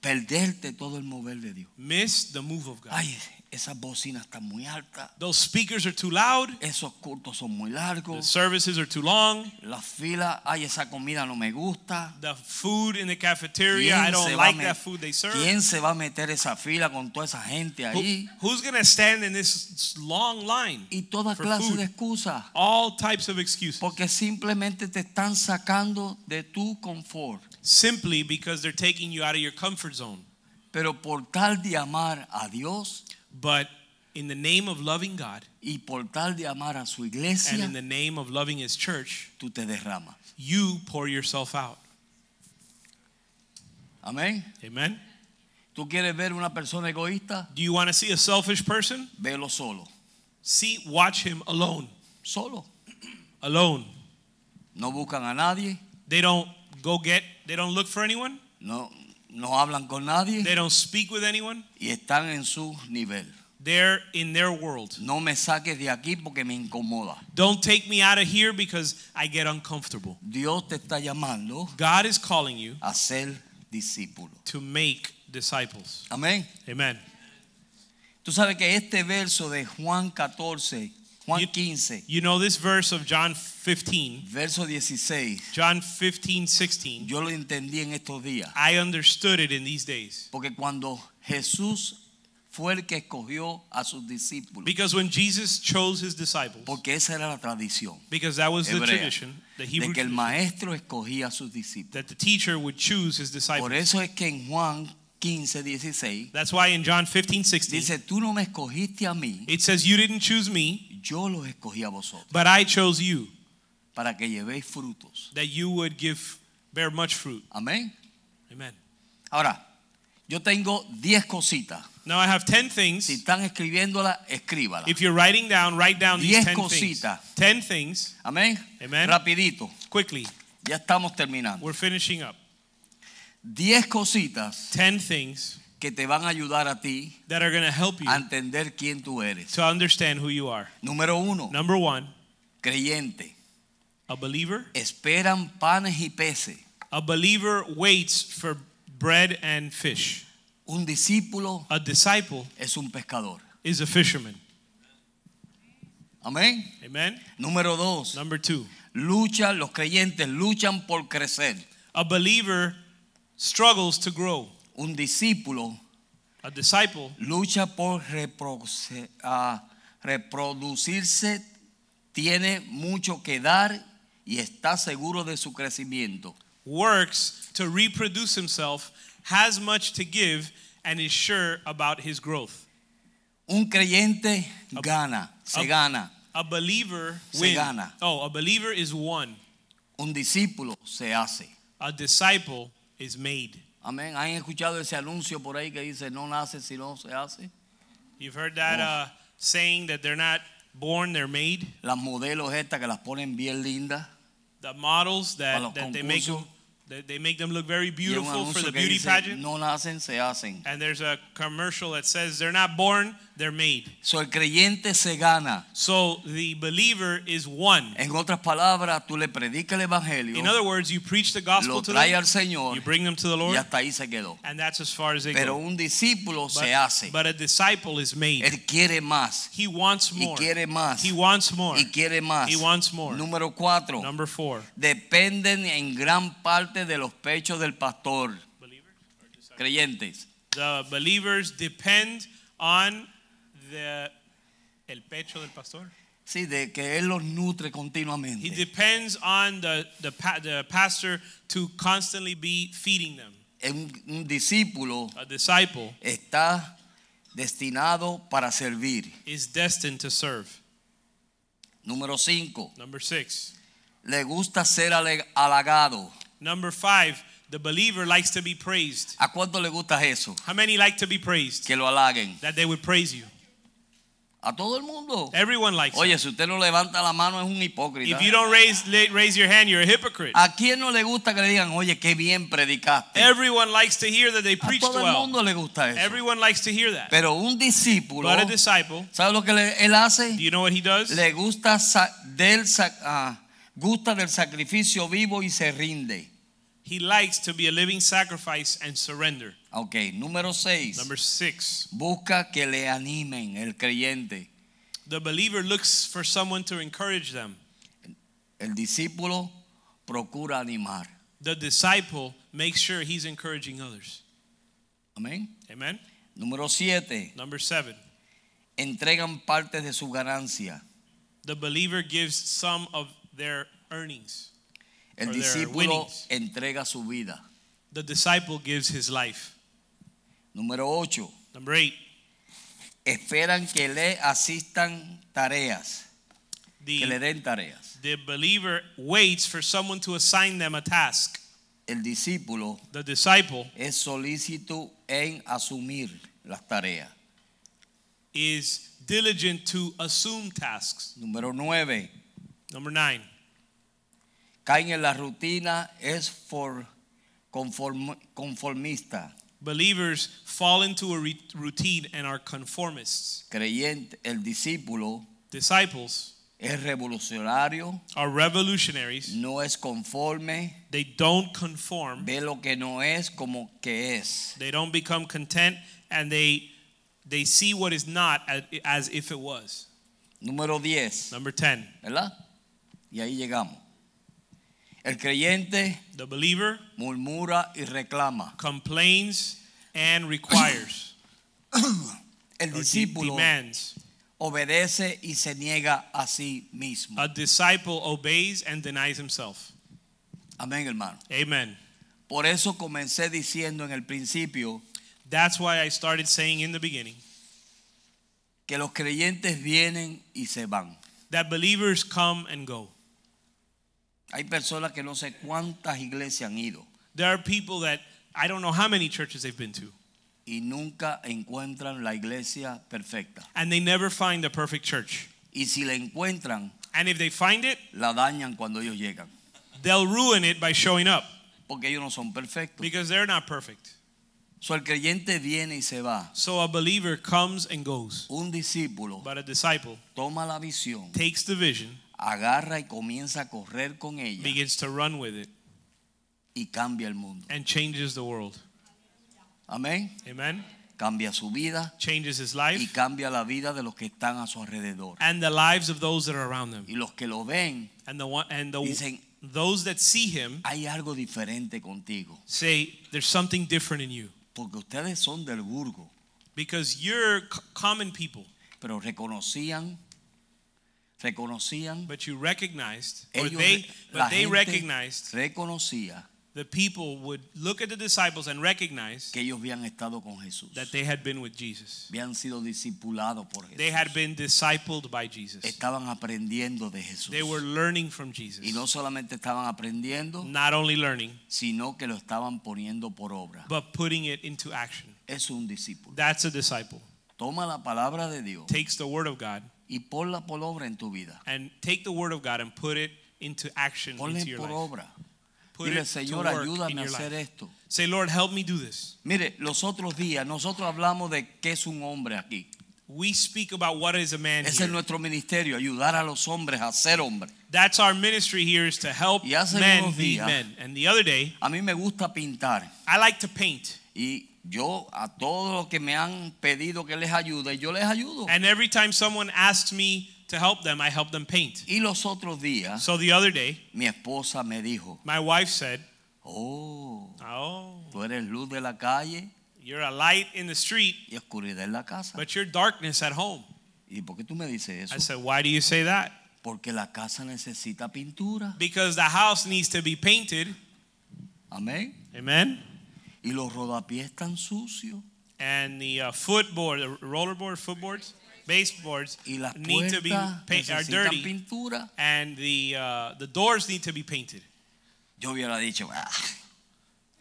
S2: Perderte todo el mover de Dios.
S3: Miss the move of God.
S2: Ay, esas bocinas están muy altas.
S3: Those speakers are too loud.
S2: Esos cultos son muy
S3: The
S2: largos.
S3: services are too long.
S2: Las filas, ay, esa comida no me gusta.
S3: The food in the cafeteria,
S2: ¿Quién se,
S3: I don't
S2: va a
S3: like
S2: met-
S3: that food they serve.
S2: ¿Quién se va a meter esa fila con toda esa gente
S3: Who-
S2: ahí?
S3: who's going to stand in this long line?
S2: Y toda
S3: For
S2: clase
S3: food.
S2: de excusas.
S3: All types of excuses.
S2: Porque simplemente te están sacando de tu confort.
S3: Simply because they're taking you out of your comfort zone.
S2: Pero por tal de amar a Dios
S3: But in the name of loving God
S2: y por tal de amar a su
S3: and
S2: iglesia,
S3: in the name of loving His church,
S2: tú te derramas.
S3: you pour yourself out.
S2: Amén.
S3: Amen?
S2: ¿Tú quieres ver una persona egoísta?
S3: Do you want to see a selfish person?
S2: Velo solo.
S3: See, watch him alone.
S2: Solo.
S3: Alone.
S2: No buscan a nadie.
S3: They don't go get, they don't look for anyone,
S2: No, no hablan con nadie.
S3: they don't speak with anyone.
S2: Y están en su nivel.
S3: They're in their world.
S2: No me saques de aquí porque me incomoda.
S3: Don't take me out of here because I get uncomfortable.
S2: Dios te está llamando
S3: God is calling you
S2: a ser discípulo.
S3: to make disciples.
S2: Amén.
S3: Amen.
S2: Tú sabes que este verso de Juan 14, Juan
S3: You-
S2: 15,
S3: You know this verse of John 15,
S2: verso 16,
S3: John 15, 16.
S2: yo lo entendí en estos días.
S3: I understood it in these days.
S2: Porque cuando Jesús fue el que escogió a sus discípulos,
S3: Because when Jesus chose his disciples,
S2: porque esa era la tradición,
S3: because that was the
S2: Hebrea.
S3: tradition, the
S2: de
S3: Hebrew
S2: que el
S3: tradition,
S2: maestro escogía a sus discípulos.
S3: that the teacher would choose his
S2: Por
S3: disciples.
S2: eso es que en Juan 15, 16,
S3: That's why in John 15, 16,
S2: dice, tú no me escogiste a mí,
S3: it says, You didn't choose me,
S2: yo los escogí a vosotros,
S3: but I chose you,
S2: para que llevéis frutos.
S3: that you would give, bear much fruit.
S2: Amén.
S3: Amen.
S2: Ahora, yo tengo 10 cositas.
S3: Now I have 10
S2: Si
S3: things.
S2: están escribiéndolas, escríbalas.
S3: If you're writing down, write down these
S2: Diez
S3: 10 things.
S2: cositas.
S3: 10 things,
S2: Amén.
S3: Amen.
S2: Rapidito,
S3: quickly.
S2: ya estamos terminando.
S3: We're finishing up.
S2: Diez cositas
S3: 10 things
S2: que te van a ayudar a ti
S3: that are going to help you
S2: a entender quién tú eres.
S3: to understand who you are.
S2: Número uno,
S3: Number one,
S2: creyente.
S3: a believer.
S2: Esperan panes y peces.
S3: A believer waits for bread and fish.
S2: Un discípulo
S3: A disciple
S2: es un pescador.
S3: is a fisherman.
S2: Amén.
S3: Amen.
S2: Número dos,
S3: Number two,
S2: luchan, los creyentes luchan por crecer.
S3: a believer struggles to grow.
S2: Un discípulo
S3: A disciple
S2: lucha por reproce- ah, reproducirse, tiene mucho que dar y está seguro de su crecimiento.
S3: works to reproduce himself, has much to give, and is sure about his growth.
S2: Un creyente gana, se
S3: up.
S2: gana.
S3: A believer
S2: Se
S3: wins.
S2: gana.
S3: Oh, a believer is won.
S2: Un discípulo se hace.
S3: A disciple is made.
S2: Amén. ¿Han escuchado ese anuncio por ahí que dice no nace sino se hace?
S3: You've heard that
S2: Oh.
S3: uh, saying that they're not born, they're made.
S2: Las modelos estas que las ponen bien lindas.
S3: The models
S2: Para
S3: that,
S2: los
S3: that they make
S2: concursos.
S3: them, that they make them look very
S2: Y hay un
S3: beautiful for
S2: anuncio
S3: the
S2: que
S3: beauty
S2: dice,
S3: pageant.
S2: No nacen, se hacen.
S3: And there's a commercial that says they're not born, they're made.
S2: So, el creyente se gana.
S3: So the believer is one.
S2: En otras palabras, tú le predicas el evangelio.
S3: In other words, you preach the
S2: lo
S3: gospel to
S2: trae
S3: them,
S2: al Señor
S3: you bring them to the
S2: y
S3: Lord,
S2: hasta ahí se quedó.
S3: and that's as far as they
S2: Pero
S3: go.
S2: un discípulo se
S3: But,
S2: hace.
S3: but a disciple is made.
S2: Él quiere más
S3: He wants
S2: y
S3: more.
S2: quiere más
S3: He wants more.
S2: y quiere más.
S3: He wants more.
S2: Número cuatro.
S3: Number four.
S2: Dependen en gran parte de los pechos del pastor. Creyentes.
S3: The believers depend on the el pecho del pastor.
S2: Sí, de que él los nutre
S3: He
S2: continuamente.
S3: depends on the the, pa- the pastor to constantly be feeding them.
S2: Un, un discípulo
S3: A disciple
S2: está destinado para servir.
S3: is destined to serve.
S2: Número cinco.
S3: Number 6.
S2: Le gusta ser ale- halagado.
S3: Number 5, the believer likes to be praised.
S2: ¿A cuánto le gusta eso?
S3: How many like to be praised?
S2: Que lo halaguen.
S3: That they would praise you.
S2: A todo el mundo.
S3: Everyone likes
S2: Oye,
S3: it.
S2: si usted no levanta la mano es un hipócrita.
S3: If you don't raise la- raise your hand, you're a hypocrite.
S2: ¿A quién no le gusta que le digan, oye, qué bien predicaste?
S3: Everyone likes to hear that they
S2: a
S3: preached
S2: todo el
S3: well.
S2: mundo le gusta eso.
S3: Everyone likes to hear that.
S2: Pero un discípulo,
S3: But a disciple,
S2: ¿sabe lo que le- él hace?
S3: do you know what he does?
S2: Le gusta sa- del, sac- ah, gusta del sacrificio vivo y se rinde.
S3: He likes to be a living sacrifice and surrender.
S2: Ok, número 6.
S3: Number six,
S2: Busca que le animen el creyente.
S3: the believer looks for someone to encourage them.
S2: El discípulo procura animar.
S3: The disciple makes sure he's encouraging others.
S2: Amén.
S3: Amen.
S2: Número 7.
S3: Number seven,
S2: Entregan parte de su ganancia.
S3: the believer gives some of their earnings.
S2: El
S3: Or their
S2: discípulo
S3: winnings.
S2: entrega su vida.
S3: The disciple gives his life.
S2: Número 8.
S3: Number eight,
S2: Esperan que le asistan tareas. Que le
S3: the,
S2: den tareas.
S3: the believer waits for someone to assign them a task.
S2: El discípulo
S3: The disciple
S2: es solícito en asumir las tareas.
S3: is diligent to assume tasks.
S2: Número 9.
S3: Number nine,
S2: Caen en la rutina, es for- conform- conformista.
S3: believers fall into a re- routine and are conformists.
S2: Creyente, el discípulo
S3: Disciples
S2: es revolucionario,
S3: are revolutionaries.
S2: no es conforme,
S3: They don't conform.
S2: ve lo que no es como que es.
S3: They don't become content and they they see what is not as, as if it was.
S2: Número 10,
S3: Number 10,
S2: ¿verdad? Y ahí llegamos. El creyente
S3: the believer
S2: murmura y reclama.
S3: complains and requires
S2: El
S3: or de-
S2: discípulo
S3: demands.
S2: obedece y se niega a sí mismo.
S3: A disciple obeys and denies himself.
S2: Amén, hermano.
S3: Amen.
S2: Por eso comencé diciendo en el principio
S3: That's why I started saying in the beginning
S2: que los creyentes vienen y se van.
S3: that believers come and go.
S2: Hay personas que no sé cuántas iglesias han ido
S3: There are people that I don't know how many churches they've been to,
S2: y nunca encuentran la iglesia perfecta.
S3: and they never find the perfect church.
S2: Y si la encuentran,
S3: And if they find it,
S2: la dañan cuando ellos llegan,
S3: they'll ruin it by showing up
S2: porque ellos no son perfectos.
S3: because they're not perfect.
S2: So, el creyente viene y se va.
S3: So a believer comes and goes,
S2: Un discípulo
S3: but a disciple
S2: toma la visión,
S3: takes the vision,
S2: agarra y comienza a correr con ella
S3: begins to run with it,
S2: y cambia el mundo.
S3: and changes the world.
S2: Amén.
S3: Amen.
S2: Cambia su vida
S3: Changes his
S2: y
S3: life
S2: cambia la vida de los que están a su alrededor.
S3: and the lives of those that are around them.
S2: Y los que lo ven,
S3: And the one and the
S2: dicen,
S3: those that see him
S2: hay algo diferente contigo,
S3: say there's something different in you
S2: porque ustedes son del burgo.
S3: because you're c- common people,
S2: pero reconocían, reconocían,
S3: but you recognized or
S2: ellos,
S3: they
S2: la
S3: but they
S2: gente
S3: recognized
S2: reconocía
S3: the people would look at the disciples and recognize
S2: que ellos habían estado con Jesús,
S3: that they had been with Jesus.
S2: habían sido discipulados por Jesús,
S3: They had been discipled by Jesus.
S2: estaban aprendiendo de Jesús.
S3: They were learning from
S2: Y
S3: Jesus.
S2: no solamente estaban aprendiendo,
S3: Not only learning,
S2: sino que lo estaban poniendo por obra.
S3: but putting it into action.
S2: Es un discípulo.
S3: That's a disciple.
S2: Toma la palabra de Dios
S3: Takes the word of God
S2: y ponla por obra en tu vida.
S3: and take the word of God and put it into action
S2: Ponla
S3: into your
S2: por
S3: life.
S2: obra.
S3: Put
S2: Dile,
S3: it to
S2: Señor,
S3: work in
S2: ayúdame a
S3: your
S2: hacer
S3: life.
S2: esto.
S3: Say, Lord, help me do this.
S2: Mire, los otros días nosotros hablamos de qué es un hombre aquí.
S3: We speak about what is a man
S2: Ese es
S3: here.
S2: nuestro ministerio, ayudar a los hombres a ser hombres.
S3: That's our ministry here is to help
S2: Y hace
S3: men
S2: unos
S3: be
S2: días-
S3: men. And the other day,
S2: A mí me gusta pintar
S3: I like to paint.
S2: y yo a todos los que me han pedido que les ayude, yo les ayudo.
S3: And every time someone asks me to help them, I help them paint.
S2: Y los otros días
S3: So the other day,
S2: mi esposa me dijo,
S3: my wife said,
S2: oh,
S3: Oh,
S2: tú eres luz de la calle
S3: you're a light in the street,
S2: y oscuridad en la casa.
S3: but you're darkness at home.
S2: ¿Y por qué tú me dices
S3: I
S2: eso?
S3: said, Why do you say that?
S2: Porque la casa necesita pintura.
S3: Because the house needs to be painted.
S2: Amén.
S3: Amen.
S2: Y los rodapiés están sucios.
S3: And the uh, footboard, the rollerboard, footboards, baseboards
S2: Y las
S3: need to be
S2: puertas
S3: paint, are
S2: necesitan
S3: dirty.
S2: pintura.
S3: and the uh, the doors need to be painted.
S2: Yo hubiera dicho, "Ah,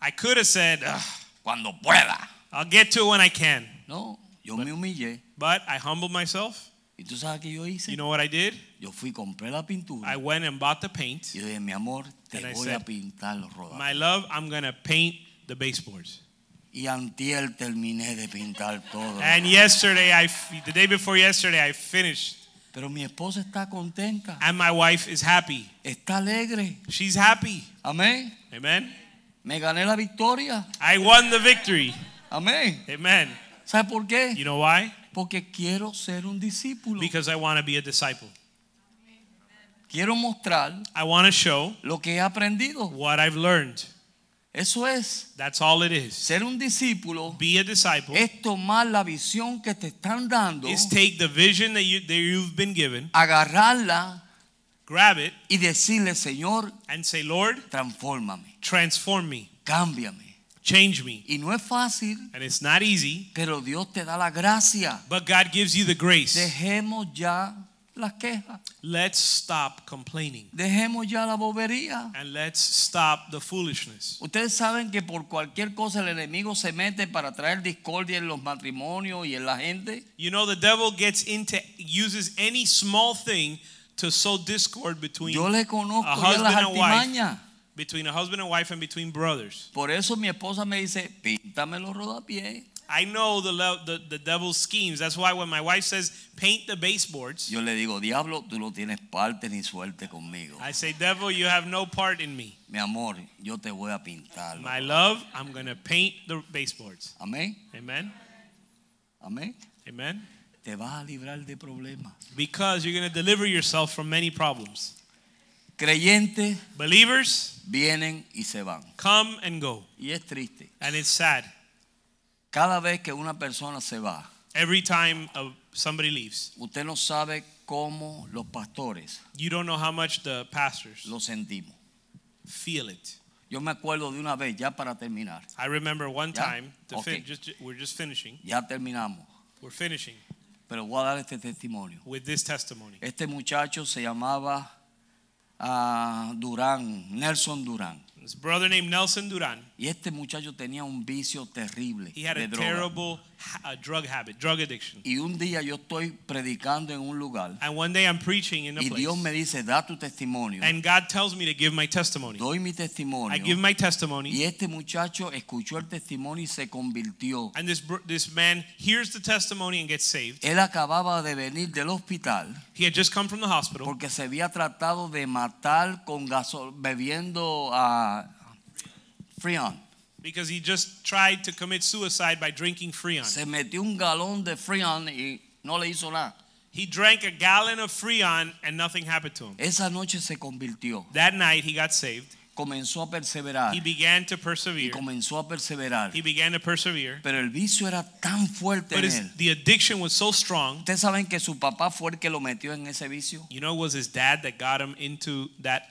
S3: I could have said, "Ugh,
S2: cuando pueda.
S3: I'll get to it when I can,
S2: No, yo me humillé
S3: but I humbled myself
S2: ¿Y tú sabes qué yo hice?
S3: You know what I did?
S2: yo fui, compré la pintura.
S3: I went and bought the paint.
S2: y yo dije, mi amor,
S3: And
S2: te
S3: I
S2: voy a
S3: said,
S2: pintar los rodajes.
S3: My love, I'm going to paint the baseboards.
S2: y antier terminé de pintar todo.
S3: And yesterday, I, f- the day before yesterday, I finished.
S2: Pero mi esposa está contenta,
S3: And my wife is happy.
S2: está alegre.
S3: She's happy.
S2: Amén.
S3: Amen.
S2: Me gané la victoria.
S3: I won the victory.
S2: Amén.
S3: Amen.
S2: ¿Sabe por qué?
S3: You know why?
S2: Porque quiero ser un discípulo.
S3: Because I want to be a disciple.
S2: Quiero mostrar
S3: I want to show
S2: lo que he aprendido.
S3: what I've learned.
S2: Eso es.
S3: That's all it is.
S2: Ser un discípulo
S3: Be a disciple
S2: es tomar la visión que te están dando,
S3: is take the vision that, you, that you've been given,
S2: agarrarla
S3: grab it,
S2: y decirle, Señor,
S3: and say, Lord,
S2: transfórmame,
S3: transform me,
S2: cámbiame.
S3: change me.
S2: Y no es fácil,
S3: And it's not easy,
S2: pero Dios te da la gracia.
S3: but God gives you the grace.
S2: Dejemos ya las quejas,
S3: Let's stop complaining
S2: dejemos ya la bobería.
S3: and let's stop the foolishness.
S2: Ustedes saben que por cualquier cosa el enemigo se mete para traer discordia en los matrimonios y en la gente.
S3: You know, the devil gets into, uses any small thing to sow discord between,
S2: Yo le conozco
S3: a
S2: ya las
S3: husband and wife.
S2: artimañas.
S3: between a husband and wife and between brothers.
S2: Por eso mi esposa me dice, píntame los rodapiés.
S3: I know the, le- the, the devil's schemes. That's why when my wife says, paint the baseboards,
S2: Yo le digo, diablo, tú no tienes parte ni suerte conmigo.
S3: I say, devil, you have no part in me.
S2: Mi amor, yo te voy a pintarlo.
S3: My love, I'm going to paint the baseboards.
S2: Amén,
S3: Amen.
S2: amén.
S3: Amen.
S2: Te vas a librar de problemas.
S3: Because you're going to deliver yourself from many problems.
S2: Creyentes
S3: Believers
S2: vienen y se van.
S3: come and go.
S2: Y es triste.
S3: And it's sad
S2: Cada vez que una persona se va,
S3: every time uh, somebody leaves.
S2: usted no sabe cómo los pastores
S3: You don't know how much the pastors
S2: lo sentimos.
S3: feel it.
S2: Yo me acuerdo de una vez, ya para terminar,
S3: I remember one
S2: Yeah?
S3: time, to fin-
S2: Okay.
S3: just, we're just finishing.
S2: ya terminamos,
S3: We're finishing
S2: pero voy a dar este testimonio.
S3: with this testimony.
S2: Este muchacho se llamaba ah, Durán, Nelson Durán.
S3: His brother named Nelson Duran,
S2: Y este muchacho tenía un vicio terrible
S3: he had
S2: de
S3: a
S2: droga.
S3: terrible ha- uh, drug habit, drug addiction.
S2: Y un día yo estoy predicando en un lugar
S3: And one day I'm preaching in a
S2: y Dios me
S3: place.
S2: dice, da tu testimonio.
S3: And God tells me to give my testimony.
S2: Doy mi
S3: I give
S2: testimonio.
S3: my testimony.
S2: Y este muchacho escuchó el testimonio y se convirtió.
S3: And this br- this man hears the testimony and gets saved.
S2: Él acababa de venir del hospital
S3: He had just come from the hospital
S2: porque se había tratado de matar con gasol bebiendo a Freon.
S3: because he just tried to commit suicide by drinking Freon.
S2: Se metió un galón de Freon y no le hizo nada.
S3: He drank a gallon of Freon and nothing happened to him.
S2: Esa noche se convirtió.
S3: That night he got saved.
S2: Comenzó a perseverar
S3: He began to
S2: Ah. y
S3: persevere.
S2: comenzó a perseverar.
S3: He began to persevere.
S2: Pero el vicio era tan fuerte
S3: But
S2: en
S3: his,
S2: él.
S3: the addiction was so strong.
S2: Ustedes saben que su papá fue el que lo metió en ese vicio.
S3: You know, it was his dad that got him into that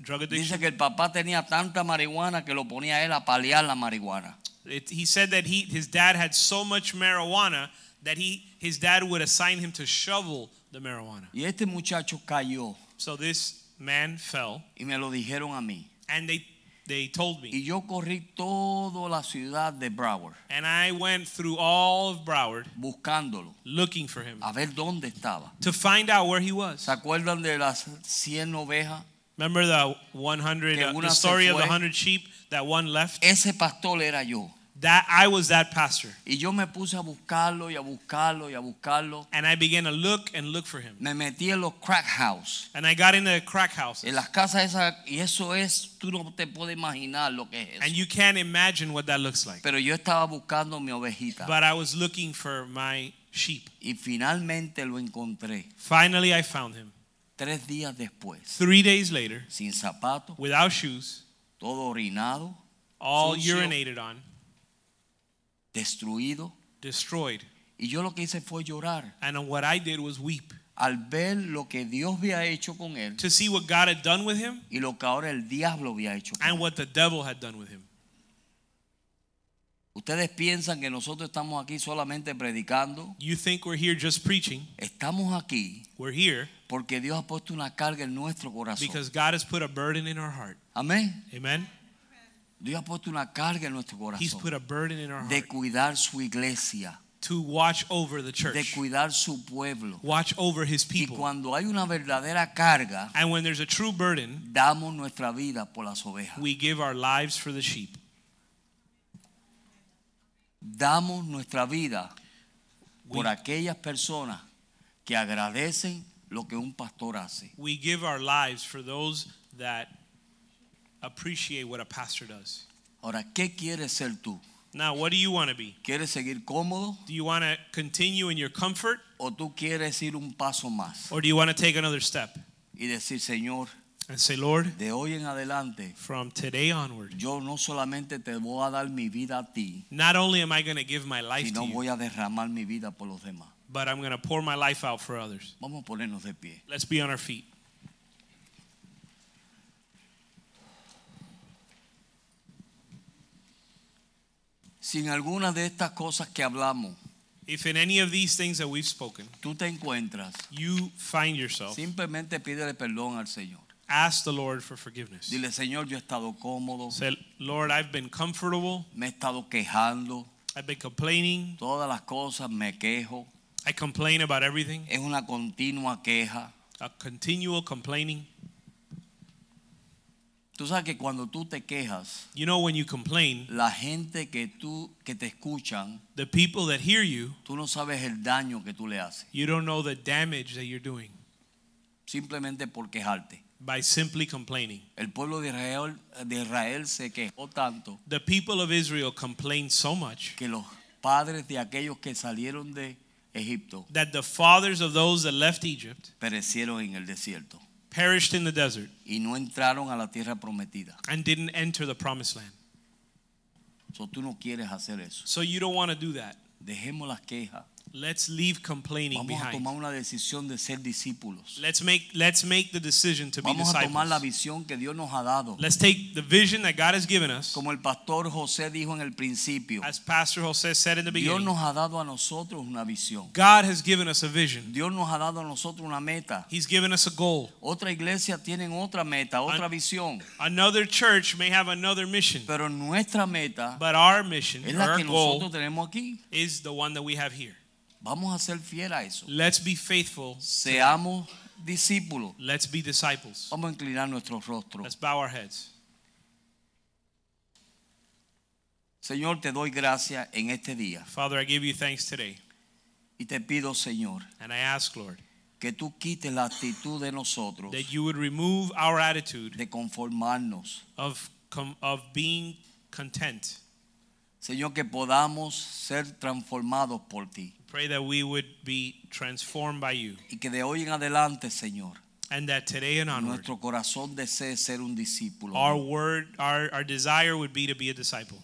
S3: drug addiction.
S2: Dice que el papá tenía tanta marihuana que lo ponía a él a paliar la marihuana.
S3: It, he said that he his dad had so much marijuana that he his dad would assign him to shovel the marijuana.
S2: Y este muchacho cayó
S3: So this man fell,
S2: y me lo dijeron a mí.
S3: and they they told me,
S2: Y yo corrí toda la ciudad de Broward
S3: and I went through all of Broward
S2: buscándolo
S3: looking for him
S2: a ver dónde estaba.
S3: to find out where he was.
S2: ¿Se acuerdan de las 100 ovejas?
S3: Remember the 100
S2: Que
S3: uh,
S2: una
S3: the
S2: se
S3: story of the
S2: fue.
S3: 100 sheep that one left?
S2: Ese pastor era yo.
S3: That I was that pastor,
S2: Y yo me puse a buscarlo y a buscarlo y a buscarlo.
S3: and I began to look and look for him.
S2: Me metí en los crack house.
S3: And I got into the crack house.
S2: En las casas esas, y eso es, tú no te puedes imaginar lo que es
S3: And
S2: eso.
S3: you can't imagine what that looks like.
S2: Pero yo estaba buscando mi ovejita
S3: But I was looking for my sheep.
S2: y finalmente lo encontré
S3: Finally, I found him.
S2: tres días después,
S3: Three days later,
S2: sin zapatos,
S3: without shoes,
S2: todo orinado,
S3: all
S2: Sucio.
S3: urinated on,
S2: destruido.
S3: destroyed.
S2: Y yo lo que hice fue llorar
S3: And what I did was weep
S2: al ver lo que Dios había hecho con él
S3: to see what God had done with him
S2: y lo que ahora el diablo había hecho con
S3: and
S2: él.
S3: what the devil had done with him.
S2: Ustedes piensan que nosotros estamos aquí solamente predicando.
S3: You think we're here just preaching?
S2: Estamos aquí
S3: We're here
S2: porque Dios ha puesto una carga en nuestro corazón.
S3: because God has put a burden in our heart.
S2: Amén.
S3: Amen?
S2: Dios ha puesto una carga en nuestro
S3: He's
S2: corazón.
S3: put a burden in our
S2: de
S3: heart
S2: cuidar su iglesia,
S3: to watch over the
S2: de
S3: church,
S2: cuidar su pueblo.
S3: watch over his
S2: Y
S3: people.
S2: cuando hay una verdadera carga,
S3: And when there's a true burden,
S2: damos nuestra vida por las ovejas.
S3: we give our lives for the sheep.
S2: Damos nuestra vida por
S3: We-
S2: aquellas personas que agradecen lo que un pastor hace.
S3: We give our lives for those that appreciate what a pastor does.
S2: Ahora, ¿qué quieres ser tú?
S3: Now, what do you want to be?
S2: ¿Quieres seguir cómodo
S3: Do you want to continue in your comfort
S2: o tú quieres ir un paso más
S3: or do you want to take another step
S2: y decir, Señor,
S3: and say, Lord,
S2: de hoy en adelante,
S3: from today onward,
S2: yo no solamente te voy a dar mi vida a ti,
S3: not only am I going to give my life to
S2: sino
S3: you,
S2: voy a derramar mi vida por los demás.
S3: but I'm going to pour my life out for others.
S2: Vamos a ponernos de pie.
S3: Let's be on our feet.
S2: Sin alguna de estas cosas que hablamos,
S3: If in any of these things that we've spoken,
S2: tú te encuentras,
S3: you find yourself,
S2: simplemente pídele perdón al Señor.
S3: ask the Lord for forgiveness.
S2: Dile, Señor, yo he estado cómodo,
S3: Say, Lord, I've been comfortable,
S2: me he estado quejando,
S3: I've been complaining,
S2: todas las cosas me quejo,
S3: I complain about everything.
S2: es una continua queja.
S3: a continual complaining.
S2: Tú sabes que cuando tú te quejas,
S3: You know, when you complain,
S2: la gente que tú que te escuchan,
S3: the people that hear you,
S2: tú no sabes el daño que tú le haces,
S3: you don't know the damage that you're doing
S2: simplemente por quejarte.
S3: by simply complaining.
S2: El pueblo de Israel, de Israel se quejó tanto
S3: The people of Israel complained so much
S2: que los padres de aquellos que salieron de Egipto
S3: that the fathers of those that left Egypt
S2: perecieron en el desierto
S3: perished in the desert
S2: y no entraron a la tierra prometida.
S3: and didn't enter the promised land.
S2: So, tú no quieres hacer eso.
S3: So you don't want to do that.
S2: Dejemos las quejas.
S3: Let's leave complaining
S2: Vamos a
S3: behind.
S2: tomar una decisión de ser discípulos.
S3: Let's make let's make the decision to be
S2: Vamos a tomar la
S3: disciples.
S2: visión que Dios nos ha dado.
S3: Let's take the vision that God has given us.
S2: Como el pastor José dijo en el principio,
S3: As Pastor Jose said in the
S2: Dios
S3: beginning,
S2: nos ha dado a nosotros una visión.
S3: God has given us a vision.
S2: Dios nos ha dado a nosotros una meta.
S3: He's given us a goal.
S2: Otra iglesia tienen otra meta, otra
S3: An-
S2: visión.
S3: Another church may have another mission,
S2: Pero nuestra meta
S3: but our mission,
S2: es
S3: or
S2: la
S3: our
S2: que nosotros
S3: goal,
S2: tenemos aquí.
S3: is the one that we have here.
S2: Vamos a ser fieles a eso.
S3: Let's be faithful.
S2: Seamos discípulos.
S3: Let's be disciples.
S2: Vamos a inclinar nuestros rostros.
S3: Let's bow our heads.
S2: Señor, te doy gracias en este día.
S3: Father, I give you thanks today,
S2: Y te pido, Señor,
S3: and I ask, Lord,
S2: que tú quites la actitud de nosotros
S3: that you would remove our attitude
S2: de conformarnos.
S3: of com- of being content.
S2: Señor, que podamos ser transformados por ti.
S3: Pray that we would be transformed by you,
S2: Y que de hoy en adelante, Señor,
S3: and that today and onward,
S2: nuestro corazón desee ser un discípulo,
S3: our word, our, our desire would be to be a disciple,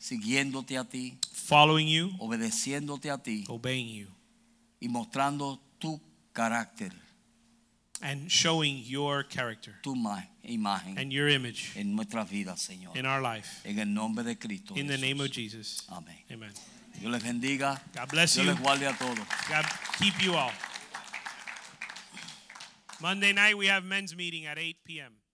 S2: siguiéndote a ti,
S3: following you,
S2: obedeciéndote a ti
S3: obeying you,
S2: y mostrando tu carácter,
S3: and showing your character.
S2: tu ma- imagen
S3: and your image
S2: en nuestras vidas, Señor.
S3: in our life.
S2: En el nombre de Cristo.
S3: In the
S2: Jesús.
S3: name of Jesus.
S2: Amén.
S3: Amen.
S2: Dios les bendiga.
S3: God bless
S2: Dios
S3: you.
S2: les guarde a todos.
S3: God keep you all. Monday night we have men's meeting at 8 p.m.